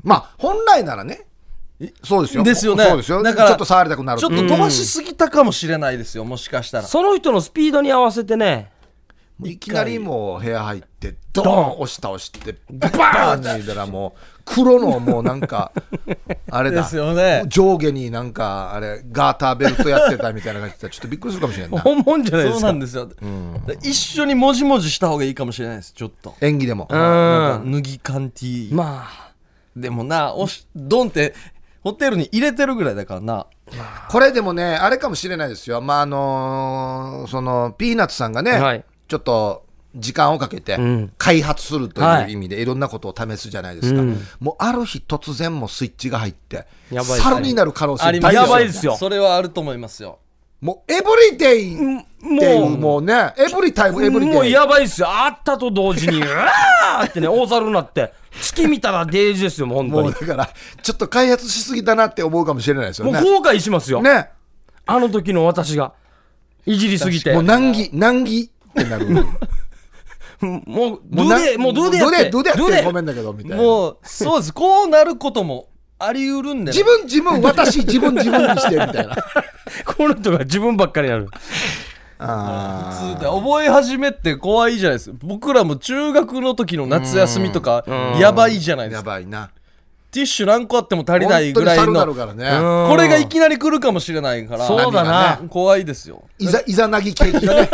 Speaker 3: まあ、本来ならね、そうですよ。
Speaker 1: ですよね
Speaker 3: そうですよ。
Speaker 1: だから
Speaker 3: ちょっと触りたくなる
Speaker 1: ちょっと飛ばしすぎたかもしれないですよ、もしかしたら。
Speaker 2: その人のスピードに合わせてね、
Speaker 3: いきなりもう部屋入って、ドーン押し倒して、バーンって言うたらもう、黒のもうなん か、あれだ。
Speaker 1: ですよね
Speaker 3: 上下になんか、あれ、ガーターベルトやってたみたいな感じで、ちょっとびっくりするかもしれんない。
Speaker 2: 本物じゃないで
Speaker 1: そう
Speaker 2: す
Speaker 1: な
Speaker 2: か。
Speaker 1: んですよ。一緒にもじもじした方がいいかもしれないです、ちょっと。
Speaker 3: 演技でも。
Speaker 1: なんか脱ぎ感 T。
Speaker 2: まあ、
Speaker 1: でもな、おし、ドンって、ホテルに入れてるぐらいだからな。
Speaker 3: これでもね、あれかもしれないですよ。まあ、あのーその、ピーナッツさんがね、
Speaker 2: はい
Speaker 3: ちょっと、時間をかけて
Speaker 2: ん
Speaker 3: 開発すると
Speaker 2: は
Speaker 3: いう
Speaker 2: い
Speaker 3: 意味でいろんなことを試すじゃないですか、もうある日突然もうスイッチが入って
Speaker 2: やばいですね
Speaker 3: 猿になる可能性
Speaker 2: ます
Speaker 3: 大
Speaker 2: やばい
Speaker 3: で
Speaker 2: です
Speaker 3: よ
Speaker 2: すよ
Speaker 1: それはあると思いますよ。
Speaker 3: もうエブリデイっていう
Speaker 2: もう、
Speaker 3: もうねエブリタイムエブリ
Speaker 2: もう
Speaker 3: デイ
Speaker 2: やばいっすよ。あったと同時に、うわーってね、大猿になって、月見たらデージですよ、もう本当
Speaker 3: も
Speaker 2: に。
Speaker 3: うだからちょっと開発しすぎだなって思うかもしれないですよ
Speaker 2: もう
Speaker 3: ね
Speaker 2: 後悔しますよ。
Speaker 3: ね
Speaker 2: あの時の私が、いじりすぎて。
Speaker 3: も
Speaker 2: も
Speaker 3: う難儀難儀ってな る
Speaker 2: う、どうで、もうどうでや
Speaker 3: ど
Speaker 2: っ
Speaker 3: う
Speaker 2: て。
Speaker 3: でどうでやってごめ
Speaker 2: ん。
Speaker 3: んだけどみたいな
Speaker 1: もう、そうです。こうなることもあり得るんで、
Speaker 3: 自分自 分私自分自分にしてみたいな
Speaker 2: この人が自分ばっかりになる。
Speaker 3: あ
Speaker 1: 普通って覚え始めって怖いじゃないですか。僕らも中学の時の夏休みとか、やばいじゃない
Speaker 3: ー
Speaker 1: で
Speaker 3: や
Speaker 1: すか。
Speaker 3: ばいな
Speaker 1: ティッシュ何個あっても足りない
Speaker 3: 本当
Speaker 1: ぐ
Speaker 3: に
Speaker 1: らい
Speaker 3: 猿な
Speaker 1: の
Speaker 3: る。からね、
Speaker 2: うん
Speaker 1: これがいきなり来るかもしれないから。
Speaker 2: そうだな。
Speaker 1: 怖いですよ。
Speaker 3: いざ、いざなぎケーキがね。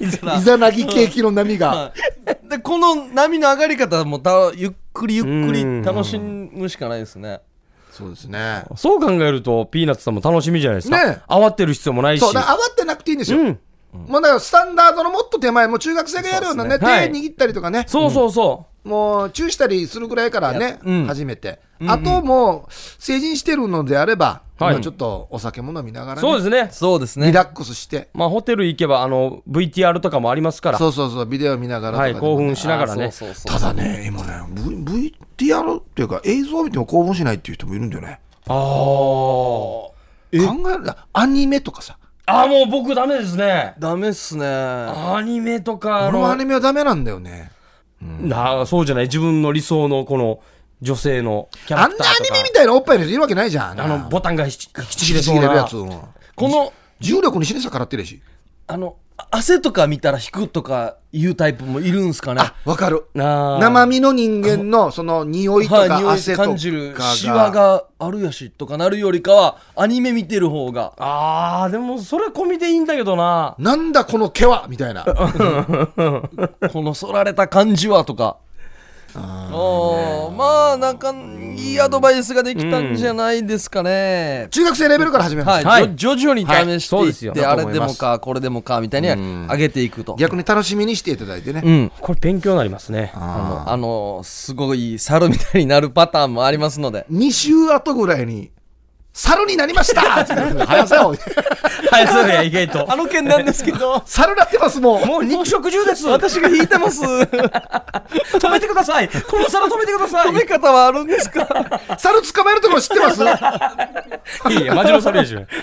Speaker 3: いざなぎケーキの波が。
Speaker 1: で、この波の上がり方もたゆっくりゆっく
Speaker 2: うん
Speaker 1: り楽しむしかないですね。
Speaker 3: そうですね。
Speaker 2: そう考えると、ピーナッツさんも楽しみじゃないですか。
Speaker 3: ね
Speaker 2: 慌てる必要もないし。
Speaker 3: そう、だから慌てなくていいんですよ。
Speaker 2: うん
Speaker 3: もうだからスタンダードのもっと手前、もう中学生がやるようなね、手
Speaker 2: そうですね
Speaker 3: 握ったりとかね、
Speaker 2: そうそうそ
Speaker 3: もうチューしたりするぐらいからね、
Speaker 1: うん
Speaker 3: 初めて。あともう、成人してるのであれば、
Speaker 2: はい
Speaker 3: まあちょっとお酒も飲みなが
Speaker 2: う。
Speaker 3: ら
Speaker 2: そう
Speaker 3: ね、
Speaker 2: ですね。
Speaker 1: そうです
Speaker 3: リ
Speaker 1: ね。
Speaker 3: ラックスして、
Speaker 2: まあ、ホテル行けば、あの、VTR とかもありますから。
Speaker 3: そうそうそう、ビデオ見ながらとか
Speaker 2: は
Speaker 3: で
Speaker 2: い、
Speaker 3: も
Speaker 2: 興奮しながら
Speaker 1: あ
Speaker 2: ね。
Speaker 1: そうそうそう
Speaker 3: ただね、今ね、v、VTR っていうか、映像を見ても興奮しないっていう人もいるんだよね。
Speaker 2: あー
Speaker 3: 考えるな、アニメとかさ。
Speaker 2: あー、もう僕ダメですね。
Speaker 1: ダメっすね。
Speaker 2: アニメとか、あ
Speaker 3: 俺もア
Speaker 2: の、
Speaker 3: ニメはダメなんだよね。
Speaker 2: なそうじゃない、自分の理想のこの女性のキャ
Speaker 3: あ
Speaker 2: ラ
Speaker 3: ん
Speaker 2: ク
Speaker 3: な
Speaker 2: ターとか。
Speaker 3: アニメみたいなおっぱいの人いるわけないじゃん。
Speaker 2: あの、ボタンがひちひちぎれ
Speaker 3: ち
Speaker 2: そう
Speaker 3: ぎれるや
Speaker 2: な
Speaker 3: つ。。うん
Speaker 1: この、
Speaker 3: 重力に死に逆らってるやし。
Speaker 1: あの、汗とか見たら引くとかいうタイプもいるんすかね。
Speaker 3: あ、わかる。
Speaker 2: なあ
Speaker 3: 生身の人間のその匂いと
Speaker 1: はい、
Speaker 3: か
Speaker 1: 匂
Speaker 3: 汗
Speaker 1: い
Speaker 3: とか
Speaker 1: 感じるシワ。があるやしとかなるよりかは、アニメ見てる方が。
Speaker 2: あー、でもそれ込みでいいんだけどな。
Speaker 3: なんだこの毛はみたいな。
Speaker 1: この剃られた感じはとか。おーまあなんかいいアドバイスができたんじゃないですかね。
Speaker 3: 中学生レベルから始めま
Speaker 1: は
Speaker 3: す
Speaker 1: い、。
Speaker 2: はい
Speaker 1: じょ徐々に試して
Speaker 2: はいそう
Speaker 1: い
Speaker 2: で
Speaker 1: っ
Speaker 2: す
Speaker 1: て、
Speaker 2: よ
Speaker 1: あれでもかこれでもかみたいに上げていくと。
Speaker 3: 逆に楽しみにしていただいてね。
Speaker 1: うん、
Speaker 2: これ勉強になりますね。
Speaker 1: あのあのすごい猿みたいになるパターンもありますので
Speaker 3: 2週後ぐらいに猿になりま したって言う早さよ。
Speaker 2: はい、そうね、意外と。
Speaker 1: あの件なんですけど
Speaker 3: 猿なってます、もう。
Speaker 2: もう肉食獣です。
Speaker 1: 私が引いてます
Speaker 2: 止めてください。この皿止めてくださ
Speaker 1: 食べ方はあるんですか
Speaker 3: 猿捕まえるところ知ってます
Speaker 2: い。いいや、マジの皿でしょ。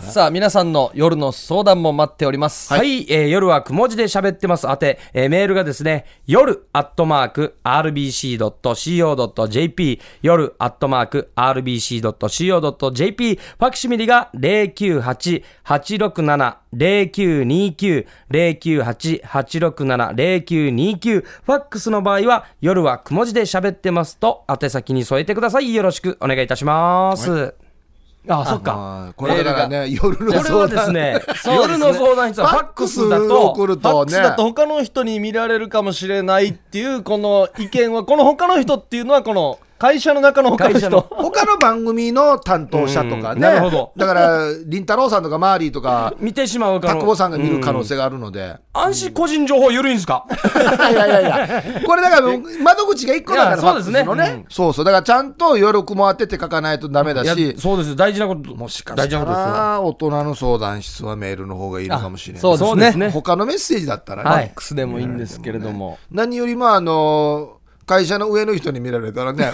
Speaker 1: さあ皆さんの夜の相談も待っております
Speaker 2: はい、えー夜はくも字で喋ってます。あて、えーメールがですね、夜アットマーク RBC.CO.JP、夜アットマーク RBC.CO.JP、ファクシミリが098-867-0929、098-867-0929、ファックスの場合は、夜はくも字で喋ってますと、宛先に添えてください。よろしくお願いいたします。あそっか。
Speaker 3: あーこれだからね、夜の
Speaker 2: これはですね、夜の相談室はファックスだ
Speaker 3: ファックスを
Speaker 2: と、
Speaker 3: 送る
Speaker 1: ファッ
Speaker 3: と
Speaker 1: ク
Speaker 3: ね
Speaker 1: スだと他の人に見られるかもしれないっていうこの意見は この他の人っていうのはこの会社の中の他の
Speaker 2: 会社の
Speaker 1: 人
Speaker 3: 他の番組の担当者とか
Speaker 2: うん
Speaker 3: ね、
Speaker 2: なるほど
Speaker 3: だから、りんたろーさんとか、マーリーとか、
Speaker 2: 見てしまう可
Speaker 3: 田
Speaker 2: 能
Speaker 3: 久保さんが見る可能性があるので、
Speaker 2: 安心個人情報緩いんですか
Speaker 3: いやいやいや、これだから、窓口が1個だから、
Speaker 2: いやそうですね
Speaker 3: ファックスのそうそう、だからちゃんと夜雲当てて書かないとダメだ
Speaker 2: いや
Speaker 3: し、
Speaker 2: そうです大事なこと
Speaker 3: もしか
Speaker 2: 大
Speaker 3: し
Speaker 2: 事な
Speaker 3: た
Speaker 2: ことですよ
Speaker 3: ら、大人の相談室はメールの方がいいのかもしれな い。
Speaker 1: そうですね
Speaker 2: そうですね
Speaker 3: 他のメッセージだったらね、
Speaker 2: は
Speaker 1: フ
Speaker 2: い
Speaker 1: ァックスでもいいんですけれども
Speaker 3: 何よりもあの会社の上の人に見られたら ね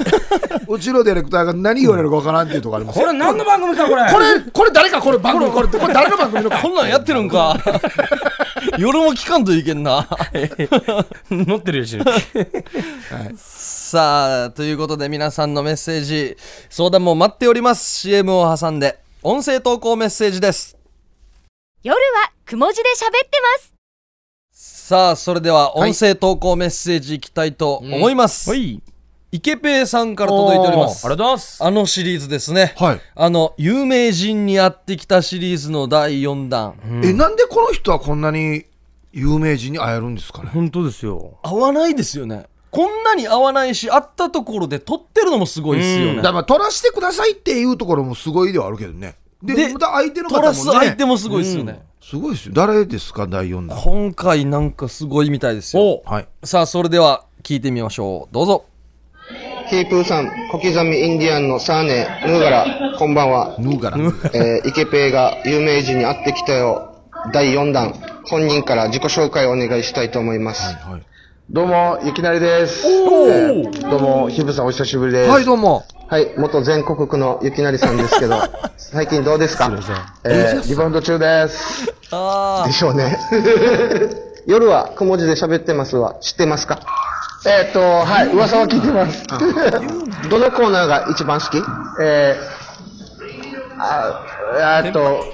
Speaker 3: うちのディレクターが何言われるか分からんっていうとこあります
Speaker 2: これ何の番組かこれ
Speaker 3: これこれ誰かこれ番組これこれ誰の番組の
Speaker 1: こんなんやってるんか 夜も聞かんといけんな
Speaker 2: 乗ってるよし
Speaker 1: さあということで皆さんのメッセージ相談も待っております CM を挟んで音声投稿メッセージです
Speaker 4: 夜はくも字で喋ってます。
Speaker 1: さあそれでは
Speaker 3: はい
Speaker 1: 音声投稿メッセージいきたいと思います、
Speaker 2: い
Speaker 1: 池ペイさんから届いております
Speaker 2: ありがとうございます
Speaker 1: あのシリーズですね
Speaker 3: はい
Speaker 1: あの有名人に会ってきたシリーズの第4弾、
Speaker 3: えなんでこの人はこんなに有名人に会えるんですかね
Speaker 2: 本当ですよ
Speaker 1: 合わないですよねこんなに合わないし会ったところで撮ってるのもすごいですよ
Speaker 3: だ
Speaker 1: ね、
Speaker 3: からまあ取らせてくださいっていうところもすごいではあるけどねで
Speaker 1: で
Speaker 3: また相手の方
Speaker 1: 撮
Speaker 3: も
Speaker 1: ら
Speaker 3: ね
Speaker 1: す相手もすごいですよね、
Speaker 3: すごいですよ誰ですか第4 弾
Speaker 1: 今回なんかすごいみたいですよ
Speaker 2: お
Speaker 3: はい
Speaker 1: さあそれでは聞いてみましょうどうぞ
Speaker 5: ケイプーさん、小刻みインディアンのサーネ、ヌーガラ、こんばんは。
Speaker 3: ヌーガラ
Speaker 5: えー、イケペイが有名人に会ってきたよ。第4弾、本人から自己紹介をお願いしたいと思います。
Speaker 3: はい
Speaker 5: どうも、ゆきなりです。えーどうも、ひぶさんお久しぶりです。
Speaker 3: はいどうも
Speaker 5: はい、元全国区のゆきなりさんですけ ど、最近どうですかえー、リバウンド中です。
Speaker 1: あ
Speaker 5: でしょうね。 夜はくも字で喋ってますは知ってますかえーっ、と、はい、噂は聞いてます。どのコーナーが一番好きえー、あ、えーっと、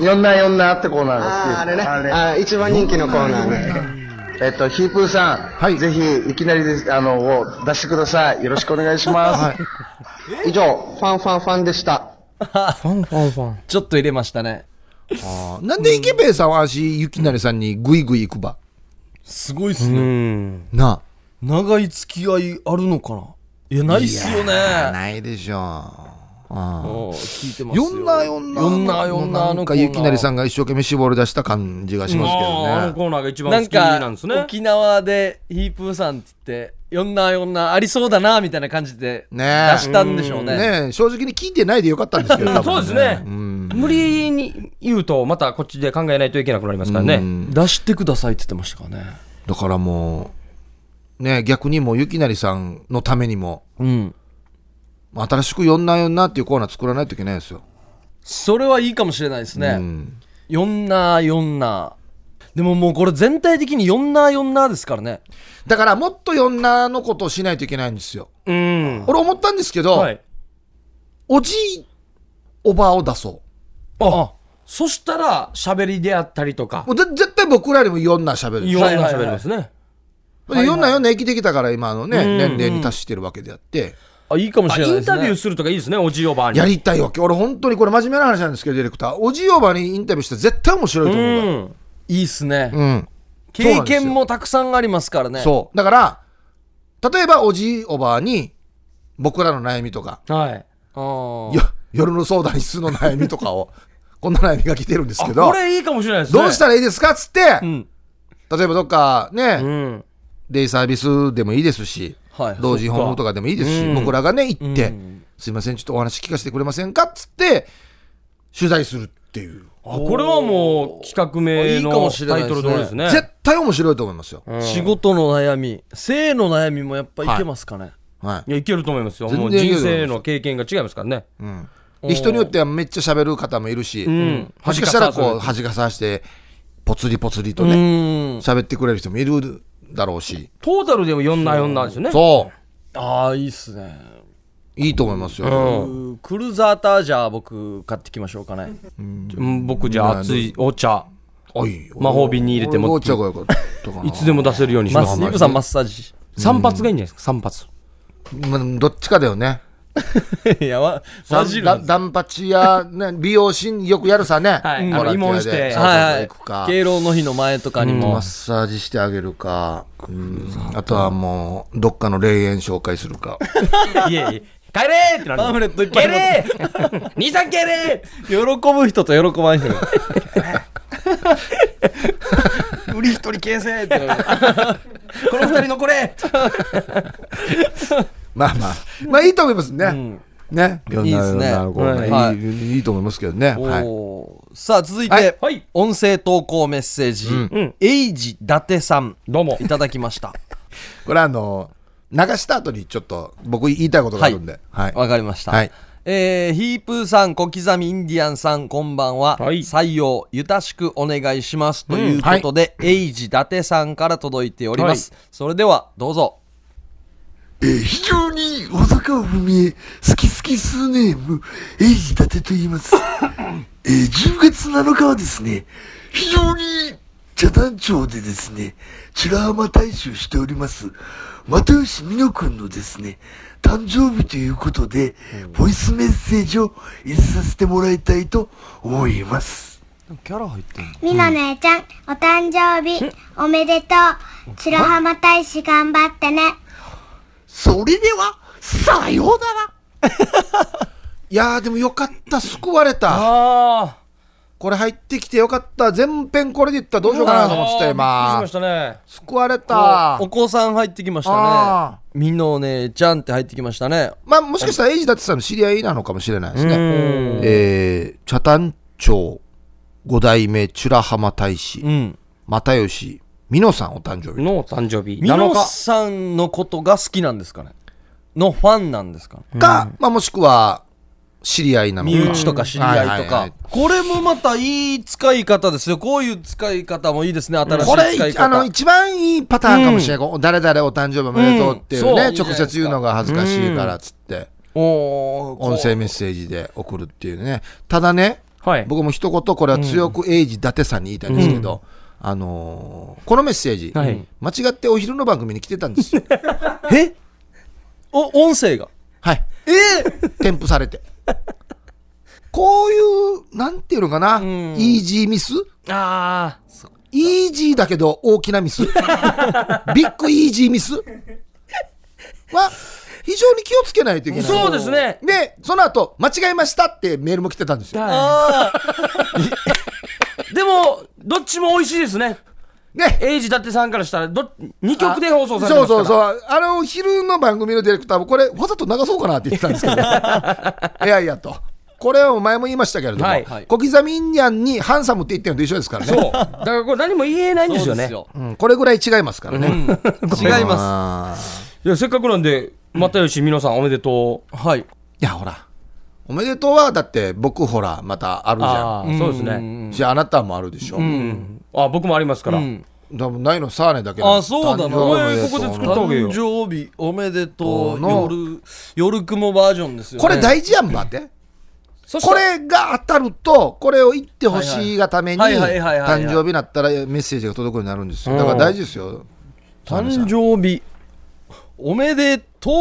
Speaker 5: 四な四なってコーナーが好き。あれね。あ一番人気のコーナーね。えっと、ヒープーさん、
Speaker 3: い
Speaker 5: ぜひ、いきなりです、あの、を出してください。よろしくお願いします。以上、ファンファンファンでした。
Speaker 2: ファンファンファン
Speaker 1: あちょっと入れましたね
Speaker 3: あなんで池部さんは足ゆきなりさんにグイグイ行くば
Speaker 1: すごいっす
Speaker 2: う
Speaker 1: ね、
Speaker 2: ん
Speaker 3: な
Speaker 1: 長い付き合いあるのかないやないっすよ
Speaker 3: あ
Speaker 1: ね
Speaker 3: ないでしょうあ
Speaker 1: おう聞いてますよ
Speaker 3: 四な四な
Speaker 1: 四な四な
Speaker 3: なんかゆきなりさ
Speaker 1: ん
Speaker 3: んが一生懸命絞り出した感じがしますけ
Speaker 2: あーあの
Speaker 3: どね
Speaker 2: コーナーが一番
Speaker 1: な
Speaker 2: 好
Speaker 1: ん
Speaker 2: きなんです
Speaker 1: か
Speaker 2: ね
Speaker 1: 沖縄でヒープーさんっつって四な四なありそうだなみたいな感じで出
Speaker 3: ねえ
Speaker 1: したんでしょうね
Speaker 3: ねえ正直に聞いてないでよかったんですけど、多分
Speaker 2: そうですね無理に言うとまたこっちで考えないといけなくなりますからね
Speaker 1: 出してくださいって言ってましたからね
Speaker 3: だからもうねえ逆にもうゆきなりさんのためにも
Speaker 1: うん
Speaker 3: 新しく「四な四な」っていうコーナー作らないといけないですよ、
Speaker 1: それはいいかもしれないです
Speaker 3: う
Speaker 1: ね
Speaker 3: ん
Speaker 1: 四な四なでももうこれ全体的に四な四なですからね
Speaker 3: だからもっと「四な」のことをしないといけないんですよ
Speaker 2: うん
Speaker 3: 俺思ったんですけど、
Speaker 2: はい
Speaker 3: おじいおばあを出そ
Speaker 2: あそしたら喋りであったりとか
Speaker 3: うもうぜ絶対僕らよりも「四な」喋る
Speaker 2: いろんな喋りますね
Speaker 3: で4な4な生きてきたから今のね、年齢に達してるわけであって、
Speaker 1: あいいかもし
Speaker 2: あ
Speaker 1: れない
Speaker 2: イ
Speaker 1: で
Speaker 2: ン
Speaker 1: すね
Speaker 2: タビューするとかいいですねおじいおばあに
Speaker 3: やりたいわけ俺本当にこれ真面目な話なんですけどディレクターおじいおばにインタビューしたら絶対面白いと
Speaker 2: う
Speaker 3: 思うわ
Speaker 2: ん
Speaker 1: いいっすね
Speaker 3: うん、そ
Speaker 1: 経
Speaker 3: うなんですよ
Speaker 1: 験もたくさんありますからね
Speaker 3: そうだから例えばおじいおばに僕らの悩みとか
Speaker 2: はい
Speaker 1: あ
Speaker 3: よ夜の相談室の悩みとかを こんな悩みが来てるんですけ
Speaker 2: あ
Speaker 3: ど
Speaker 2: これいいかもしれないですね
Speaker 3: どうしたらいいですかっつって、
Speaker 1: ん
Speaker 3: 例えばどっかね、
Speaker 2: うん
Speaker 3: デイサービスでもいいですし
Speaker 1: はい
Speaker 3: 同時訪問とかでもいいですし、僕らがね、行って、すいません、ちょっとお話聞かせてくれませんかっつって、取材するっていう。
Speaker 2: あこれはもう企画名
Speaker 1: いいか
Speaker 2: の
Speaker 1: もしれ
Speaker 2: タ
Speaker 1: ない
Speaker 2: イ
Speaker 1: です
Speaker 2: ト
Speaker 1: ね
Speaker 2: ル通りですね。
Speaker 3: 絶対面白いと思いますよ。
Speaker 1: 仕事の悩み性の悩みもやっぱいけますかね、
Speaker 3: はい
Speaker 2: いや、いけると思いますよ。
Speaker 3: 全然
Speaker 2: もう
Speaker 3: いけ
Speaker 2: 人
Speaker 3: ると思います
Speaker 2: 生の経験が違いますからね。
Speaker 1: おー
Speaker 3: で人によってはめっちゃ喋る方もいるし、
Speaker 2: ん
Speaker 3: もしかしたらこう恥
Speaker 2: 恥
Speaker 3: かさしてぽつりぽつりと
Speaker 1: う
Speaker 3: ね
Speaker 1: ん
Speaker 3: 喋ってくれる人もいるだろうし
Speaker 2: トータルでも4な4なんですよね。
Speaker 3: そ
Speaker 1: ああいいっすね
Speaker 3: ういいと思いますよ、
Speaker 1: うんクルーザータージャー僕買ってきましょうかね
Speaker 2: うん僕じゃあ熱いお茶、
Speaker 3: おい
Speaker 2: 魔法瓶に入れて
Speaker 3: も
Speaker 2: も
Speaker 3: うちょこよかったかない
Speaker 2: つでも出せるようにし
Speaker 1: マ
Speaker 2: ま
Speaker 1: ッ
Speaker 2: す
Speaker 1: イ。ブさんマッサージ
Speaker 2: 散髪がいいんじゃないですか、散髪。
Speaker 3: まあどっちかだよね
Speaker 1: いやわマジ
Speaker 3: ダンダンパチや、 ね、美容師によくやるさね、
Speaker 2: はい
Speaker 3: ボラティアで
Speaker 2: あの慰問して
Speaker 3: そうそう
Speaker 1: はいはい
Speaker 3: 行くか
Speaker 1: 敬老の日の前とかに
Speaker 3: マ
Speaker 1: も
Speaker 3: ッサージしてあげるか、うんあとはもうどっかの霊園紹介するか
Speaker 2: いやいや、帰れーってなる。
Speaker 1: パンフレットいっぱい
Speaker 2: 帰れー 兄さん帰れー
Speaker 1: 喜ぶ人と喜ばん人売り一人形成ってなる
Speaker 2: この二人残れ
Speaker 3: まあまあまあいいと思いますね、ね、いろんない
Speaker 1: いですね
Speaker 3: いろんなこうね
Speaker 1: はい
Speaker 3: いいいいと思いますけどね、はい、
Speaker 1: おーさあ続いて、
Speaker 3: はい
Speaker 2: はい
Speaker 1: 音声投稿メッセージ、
Speaker 2: ん
Speaker 1: エイジ伊達さん
Speaker 2: どうも
Speaker 1: いただきました
Speaker 3: これあの流した後にちょっと僕言いたいことがあるんで、はい
Speaker 1: わかりました。
Speaker 3: はい
Speaker 1: えーヒープーさん、小刻みインディアンさん、こんばんは。
Speaker 2: はい
Speaker 1: 採用、ゆたしくお願いします。ということで、エイジ伊達さんから届いております。それでは、どうぞ。
Speaker 6: えー非常にお坂を踏みえ、好き好きスーネーム、エイジ伊達と言います。えー10月7日はですね、非常に茶壇町でですね、チュラ浜大衆しております、又吉美濃くんのですね、誕生日ということで、ボイスメッセージを入れさせてもらいたいと思います。
Speaker 1: キャラ入ってる
Speaker 7: みの姉ちゃん、お誕生日、おめでとう。白浜大使頑張ってね。
Speaker 6: それでは、さようなら
Speaker 3: いやーでもよかった救われた
Speaker 2: あ
Speaker 3: これ入ってきてよかった全編これでいったらどうしようかなと思ってた
Speaker 2: びっく
Speaker 3: 今
Speaker 2: りしましたね。
Speaker 3: 救われた
Speaker 1: お子さん入ってきましたね
Speaker 3: あ。
Speaker 1: みのお姉ちゃんって入ってきましたね。
Speaker 3: まあもしかしたらエイジダテさんの知り合いなのかもしれないですねえー、茶壇町五代目チュラ浜大使、
Speaker 1: うん。
Speaker 3: 又吉美濃さんお誕生日
Speaker 2: の誕生日
Speaker 1: みの
Speaker 2: 7日。
Speaker 1: さんのことが好きなんですかねのファンなんですかね
Speaker 3: か、まあ、もしくは知り合いなの
Speaker 1: 身
Speaker 3: か
Speaker 1: 内とか知り合いと
Speaker 3: はいはいは
Speaker 1: か
Speaker 3: い。
Speaker 1: これもまたいい使い方ですよ。こういう使い方もいいですね。新し
Speaker 3: こ
Speaker 1: い
Speaker 3: れ
Speaker 1: 使い方。
Speaker 3: あの一番いいパターンかもしれない、こう誰々お誕生日おめでとうっていうね、
Speaker 1: うんそう
Speaker 3: 直接言うのが恥ずかしいからっつって、
Speaker 1: おーこう
Speaker 3: 音声メッセージで送るっていうねただね
Speaker 2: はい。
Speaker 3: 僕も一言これは強くエイジ伊達さんに言いたいんですけど、あのーこのメッセージ、
Speaker 2: はい
Speaker 3: 間違ってお昼の番組に来てたんですよ
Speaker 1: えお音声が
Speaker 3: はい
Speaker 1: え
Speaker 3: 添付されてこういうなんていうのかな、イージーミス
Speaker 2: あ
Speaker 3: イージーだけど大きなミ ス。ビッグイージーミスは、非常に気をつけないといけ
Speaker 2: あ、
Speaker 3: ない。
Speaker 2: そうですね。
Speaker 3: で、その後、間違えましたってメールも来てたんですよ。
Speaker 2: でも、どっちも美味しいですね。
Speaker 3: ね。
Speaker 2: エイジ伊達さんからしたら、ど、2曲で放送されて
Speaker 3: そ
Speaker 2: ま
Speaker 3: う
Speaker 2: すか
Speaker 3: そ
Speaker 2: ら。
Speaker 3: うそう。あの、昼の番組のディレクターも、これ、わざと流そうかなって言ってたんですけど、 いやいやと。これはお前も言いましたけれども、
Speaker 2: はい
Speaker 3: 小刻みインディアンにハンサムって言ってるのと一緒ですからね。
Speaker 2: そう。だからこれ何も言えないんですよね。
Speaker 3: うんこれぐらい違いますからね。
Speaker 1: 違います
Speaker 3: す。
Speaker 2: いや、せっかくなんで、又吉美濃さんおめでとう。
Speaker 1: はい
Speaker 3: いや、ほら。おめでとうは、だって、僕、ほら、またあるじゃん。
Speaker 2: ああ、そうですね。
Speaker 3: じゃああなたもあるでしょ。
Speaker 2: あ僕もありますから。
Speaker 3: 多分ないのサーネだけ
Speaker 1: あそうだな
Speaker 3: 誕
Speaker 1: お
Speaker 3: 生日お
Speaker 2: 前
Speaker 3: めでと
Speaker 2: こ
Speaker 3: う
Speaker 2: こで作ったわけよ
Speaker 1: 誕生日おめでとう
Speaker 3: こ
Speaker 1: 夜夜雲バージョンですよね
Speaker 3: これ大事やんばって。
Speaker 2: そして
Speaker 3: これが当たると、これを言ってほしいがために、
Speaker 1: はいはいはいはいはいはい
Speaker 3: 誕生日になったらメッセージが届くようになるんですよ。だから大事ですよ。
Speaker 1: 誕生日おめでとう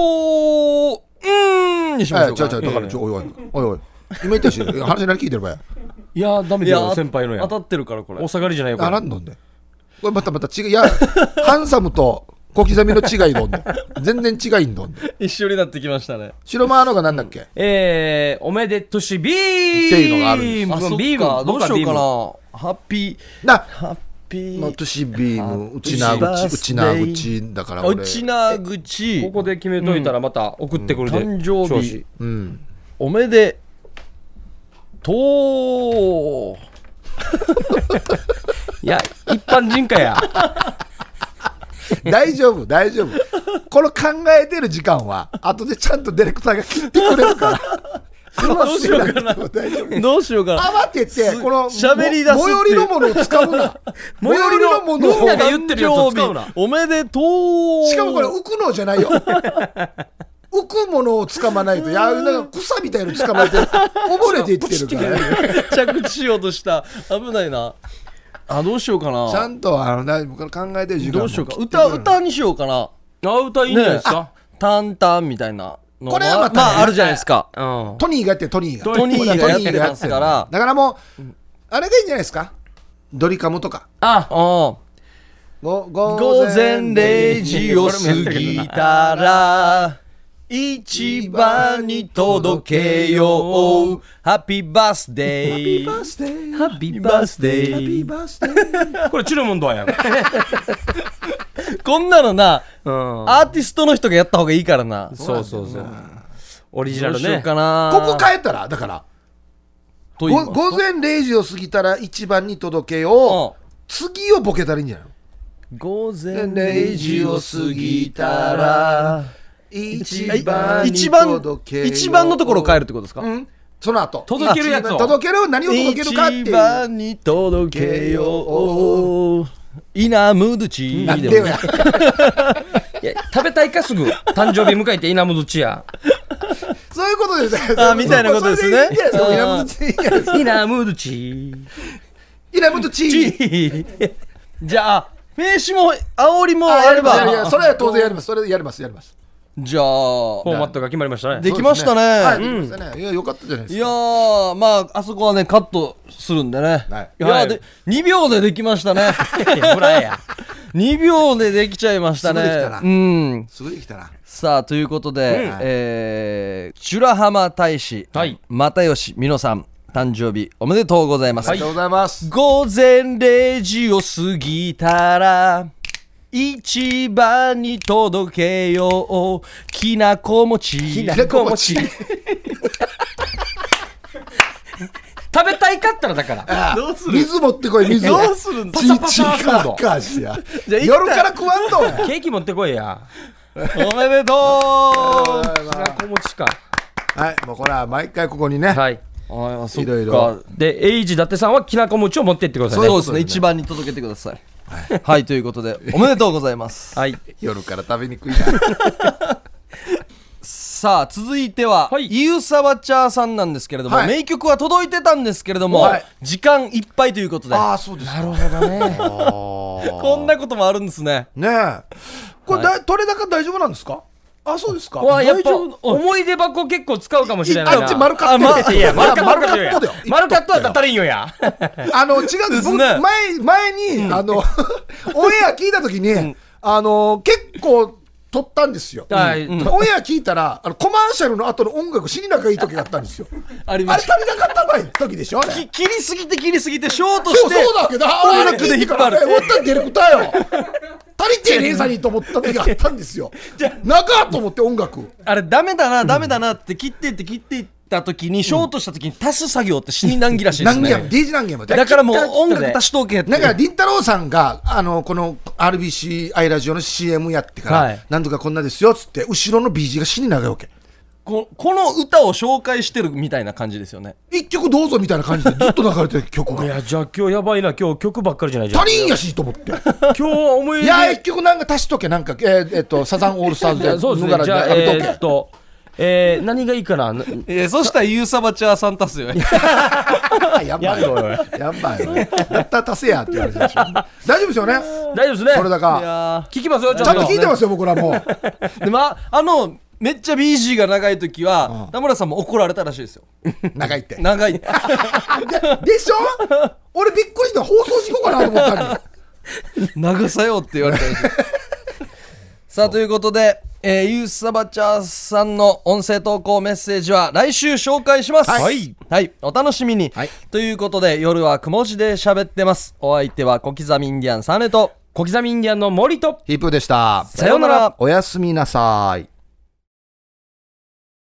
Speaker 1: うーんにしま
Speaker 3: は
Speaker 1: し
Speaker 3: い、
Speaker 1: ょう
Speaker 3: ちょ
Speaker 1: か
Speaker 3: いちょい、だから、ちょ、おいおい、おいおい。今言っ たし、話何聞いてるばや。
Speaker 2: いや、ダメ
Speaker 1: い
Speaker 2: だ
Speaker 1: や
Speaker 2: よ、先輩のや
Speaker 1: 当。たってるからこれ
Speaker 2: お下がりじゃないよ、こ
Speaker 3: あ、
Speaker 2: れ
Speaker 3: な。んどんで。これまたまた違う。いや、ハンサムと小刻みの違いどんで。全然違いんどんで。
Speaker 1: 一緒になってきましたね
Speaker 3: 白マーノがなんだっけ
Speaker 2: えー、おめでとしビーム
Speaker 3: っていうのがあるんです
Speaker 1: あそっ
Speaker 2: ビーム
Speaker 1: かどうしようかな
Speaker 2: 僕は
Speaker 1: ハッピー
Speaker 3: な、
Speaker 1: ハッピ
Speaker 3: まあ、
Speaker 1: ー
Speaker 3: トシビーム、
Speaker 1: Happy
Speaker 3: うちなぐち、
Speaker 1: birthday
Speaker 3: うちなぐちだから
Speaker 1: う
Speaker 3: 俺。
Speaker 1: ちなぐ
Speaker 2: こ
Speaker 1: ち
Speaker 2: こで決めといたらまた送ってくるで、
Speaker 1: うん誕生日
Speaker 3: うん。
Speaker 1: おめでとう
Speaker 2: いや一般人かや
Speaker 3: 大丈夫、大丈夫。この考えてる時間は、後でちゃんとディレクターが切ってくれるから。ど
Speaker 1: うしようかな
Speaker 3: 大丈夫。
Speaker 1: どうしようかな
Speaker 3: 慌てて、この、
Speaker 1: 喋り出すっていう
Speaker 3: 最寄りのものを使うな。最寄りのもの
Speaker 2: みんな
Speaker 3: を
Speaker 2: が。言ってるやつを使うな
Speaker 1: 誕生日おめでとう
Speaker 3: しかもこれ、浮くのじゃないよ。浮くものをつかまないと、いや、なんか草みたいなのつかまえて、溺れていってるからね。
Speaker 1: 着地しようとした危ないなあどうしようかな
Speaker 3: ちゃんと、あの、大丈夫。この考えてる時間
Speaker 1: ど
Speaker 3: も
Speaker 1: うしようか歌歌にしようかな
Speaker 2: あ歌いいんじゃないですか、
Speaker 1: タンタンみたいなの
Speaker 3: これはまたね
Speaker 1: ああるじゃないですか
Speaker 2: うん
Speaker 3: トニーがやってるトニーが。
Speaker 1: トニーがやってますから
Speaker 3: トニーがやってるだからもう、あれがいいんじゃないですか。ドリカムとか。
Speaker 2: あ
Speaker 1: あ
Speaker 3: 午
Speaker 1: あ午前0時を過ぎたら市場に届けようハッピーバースデー
Speaker 3: バースデー。
Speaker 1: ハッピーバースデ
Speaker 3: ハッピー
Speaker 1: ー
Speaker 3: バースデー。
Speaker 2: これチュルモンドアやん、
Speaker 1: こんなのな
Speaker 2: うん、
Speaker 1: アーティストの人がやった方がいいからな
Speaker 2: そうそうそうオリジナ
Speaker 1: どう
Speaker 2: ル
Speaker 1: しよう
Speaker 2: ね
Speaker 1: かな
Speaker 3: ここ変えたら、だから、
Speaker 1: と言い
Speaker 3: ご
Speaker 1: ます
Speaker 3: 午前0時を過ぎたら一番に届けよう。次をボケたらいいんじゃないの
Speaker 1: 午前
Speaker 3: 0時を過ぎたら一番に
Speaker 1: 一番
Speaker 3: 届けよう
Speaker 1: 一番のところを変えるってことですか、
Speaker 3: うん。その後。
Speaker 2: 届けるやつを
Speaker 3: 届ける何を届けるかって
Speaker 1: 一
Speaker 3: いう。
Speaker 1: 番に届けようイナムドチ
Speaker 3: なん
Speaker 1: ー
Speaker 3: で
Speaker 1: で
Speaker 3: よ
Speaker 1: も
Speaker 3: や。
Speaker 2: いや食べたいかすぐ誕生日迎えて稲本チ ア
Speaker 3: そういうことですね。
Speaker 1: あみたいなことですね
Speaker 3: それでいいんじゃないですか稲本チーが
Speaker 2: 稲本
Speaker 3: 稲
Speaker 2: チ
Speaker 3: 本チー。
Speaker 2: ー
Speaker 1: じゃあ名刺も煽りも
Speaker 3: あ
Speaker 1: あ
Speaker 3: や
Speaker 1: れ
Speaker 3: りますやります
Speaker 1: ば
Speaker 3: それは当然やります。それやります、やります。
Speaker 1: じゃ
Speaker 2: フォー
Speaker 1: あ
Speaker 2: マットが決まりましたね
Speaker 1: できましたね
Speaker 3: はい、できましたね。いや、よかったじゃないで
Speaker 1: い
Speaker 3: す
Speaker 1: や
Speaker 3: か。
Speaker 1: ーまああそこはねカットするんでね、
Speaker 3: はい
Speaker 1: い、やー
Speaker 2: は
Speaker 1: で2秒でできましたね
Speaker 2: いやほらや
Speaker 1: 2秒でできちゃいましたね
Speaker 3: すぐできたな
Speaker 1: うん
Speaker 3: すごいできたな。
Speaker 1: さあということで、えー、チュラハマ大使、
Speaker 2: はい
Speaker 1: 又吉美乃さん誕生日おめでとうございます、
Speaker 3: ありがとうございます。
Speaker 1: 午前0時を過ぎたら市場に届けようきなこ餅き
Speaker 3: なこ餅
Speaker 2: 食べたいかったらだから
Speaker 3: どうする水持ってこい、水。
Speaker 1: どうするの
Speaker 3: ち
Speaker 2: パ
Speaker 3: ち
Speaker 2: サ
Speaker 3: か
Speaker 2: パサソード
Speaker 3: かしや。
Speaker 1: じゃあ一旦
Speaker 3: 夜から食わんと。
Speaker 2: ケーキ持ってこいや
Speaker 1: おめでとう
Speaker 2: 白子持ちか
Speaker 3: はい、もうこれは毎回ここにね。
Speaker 2: はい
Speaker 1: ああそっ
Speaker 3: いろいろ
Speaker 2: でエイジ伊達さんはきなこ餅を持ってってくださいね
Speaker 1: そうですね一番に届けてくださいはい、ということでおめでとうございます
Speaker 2: はい
Speaker 3: 夜から食べにくいな。
Speaker 1: さあ続いては、
Speaker 2: はい
Speaker 1: ゆうさわちゃーさんなんですけれども、
Speaker 3: はい
Speaker 1: 名曲は届いてたんですけれども、
Speaker 3: はい
Speaker 1: 時間いっぱいということで
Speaker 3: ああ、そうですか。なるほどね。
Speaker 1: こんなこともあるんですね
Speaker 3: ねえ。これ、だ取れ高大丈夫なんですかあ、そうですか。
Speaker 2: わあやっぱ
Speaker 3: 大丈夫
Speaker 2: 思い出箱結構使うかもしれない
Speaker 3: あ
Speaker 2: な
Speaker 3: っち丸カ
Speaker 1: あま
Speaker 3: ット
Speaker 2: いや丸カ
Speaker 3: 丸カ
Speaker 2: ッ
Speaker 3: ット
Speaker 2: トだ
Speaker 3: だ
Speaker 2: よ
Speaker 3: よ。
Speaker 2: 丸カットはたりんよや
Speaker 3: あの、違うんです。
Speaker 1: すね
Speaker 3: 僕前、前に、あの、オン エア聞いたときに、あの、結構、撮ったんですよ。オン
Speaker 2: はい
Speaker 3: エア聞いたら、あの、コマーシャルの後の音楽死に仲いい時があったんですよ。
Speaker 1: あり
Speaker 3: あ
Speaker 1: ま
Speaker 3: れ、
Speaker 1: し
Speaker 3: 足
Speaker 1: た
Speaker 3: りなかった場合の時でしょあれ。
Speaker 1: き切りすぎて切りすぎてショート
Speaker 3: そ
Speaker 1: し
Speaker 3: う、
Speaker 1: て
Speaker 3: そうだけど、あ
Speaker 1: 音
Speaker 3: れ、
Speaker 1: 楽で引っ張る
Speaker 3: あれ、終わったらディレクターよ。足りてねえさにと思った時があったんで すよ。中と思って音楽。
Speaker 1: あれダメだなダメだなって切っていって切っていった時にショートした時に足す作業って死に難儀らしいです
Speaker 3: 何ゲー
Speaker 1: ね
Speaker 3: ム、デージ何ゲーム。
Speaker 1: だからもう
Speaker 2: 切った切った
Speaker 1: 音
Speaker 2: で
Speaker 1: 楽足しとけって
Speaker 3: だから、りんたろーさんが、あの、この RBC アイラジオの CM やってから、
Speaker 2: はい
Speaker 3: なんとかこんなですよっつって、後ろの BG が死に長いわけ。
Speaker 1: ここの歌を紹介してるみたいな感じですよね
Speaker 3: 一曲どうぞみたいな感じでずっと流れてる曲
Speaker 2: い
Speaker 3: が。
Speaker 2: やじゃあ今日やばいな今日曲ばっかりじゃないじゃん
Speaker 3: 他人やしと思って。
Speaker 2: 今日は思い
Speaker 3: い
Speaker 2: 出
Speaker 3: や、一曲なんか足しとけ、なんか、えーえっと、サザンオールスターズで、
Speaker 2: そうです
Speaker 3: 脱が
Speaker 2: ね
Speaker 3: ら
Speaker 2: じ
Speaker 3: で
Speaker 2: ゃ
Speaker 3: や
Speaker 2: あ
Speaker 3: めと
Speaker 2: え
Speaker 3: け
Speaker 2: ーっとえー何がいいかなな
Speaker 1: えそしたらユーサバチャーさん足すよ
Speaker 3: あやばいよ。やばいよ。やったら足せやって言われてるでしょ。大丈夫ですよね。
Speaker 2: 大丈夫です
Speaker 3: これ
Speaker 2: ね
Speaker 3: だか。
Speaker 2: 聞きますよち
Speaker 3: ち
Speaker 2: ゃ
Speaker 3: ゃ
Speaker 2: ん
Speaker 3: ん
Speaker 2: と
Speaker 3: と聞いてますよ、僕らもう。
Speaker 1: でもああのめっちゃ BG が長い時は、田村さんも怒られたらしいですよ
Speaker 3: 長いって。
Speaker 1: 長い
Speaker 3: でしょ俺びっくりした。放送事故かなと思ったのに。
Speaker 1: 長さよって言われたらしいさあということでえーゆうさばちゃんさんの音声投稿メッセージは来週紹介します。はい。はい。お楽しみに。
Speaker 3: はい
Speaker 1: ということで、夜はくも字で喋ってます。お相手は小刻みインディアンサネと、
Speaker 2: 小刻みインディアンの森と
Speaker 3: ヒップーでした。
Speaker 1: さようなら。
Speaker 3: おやすみなさい。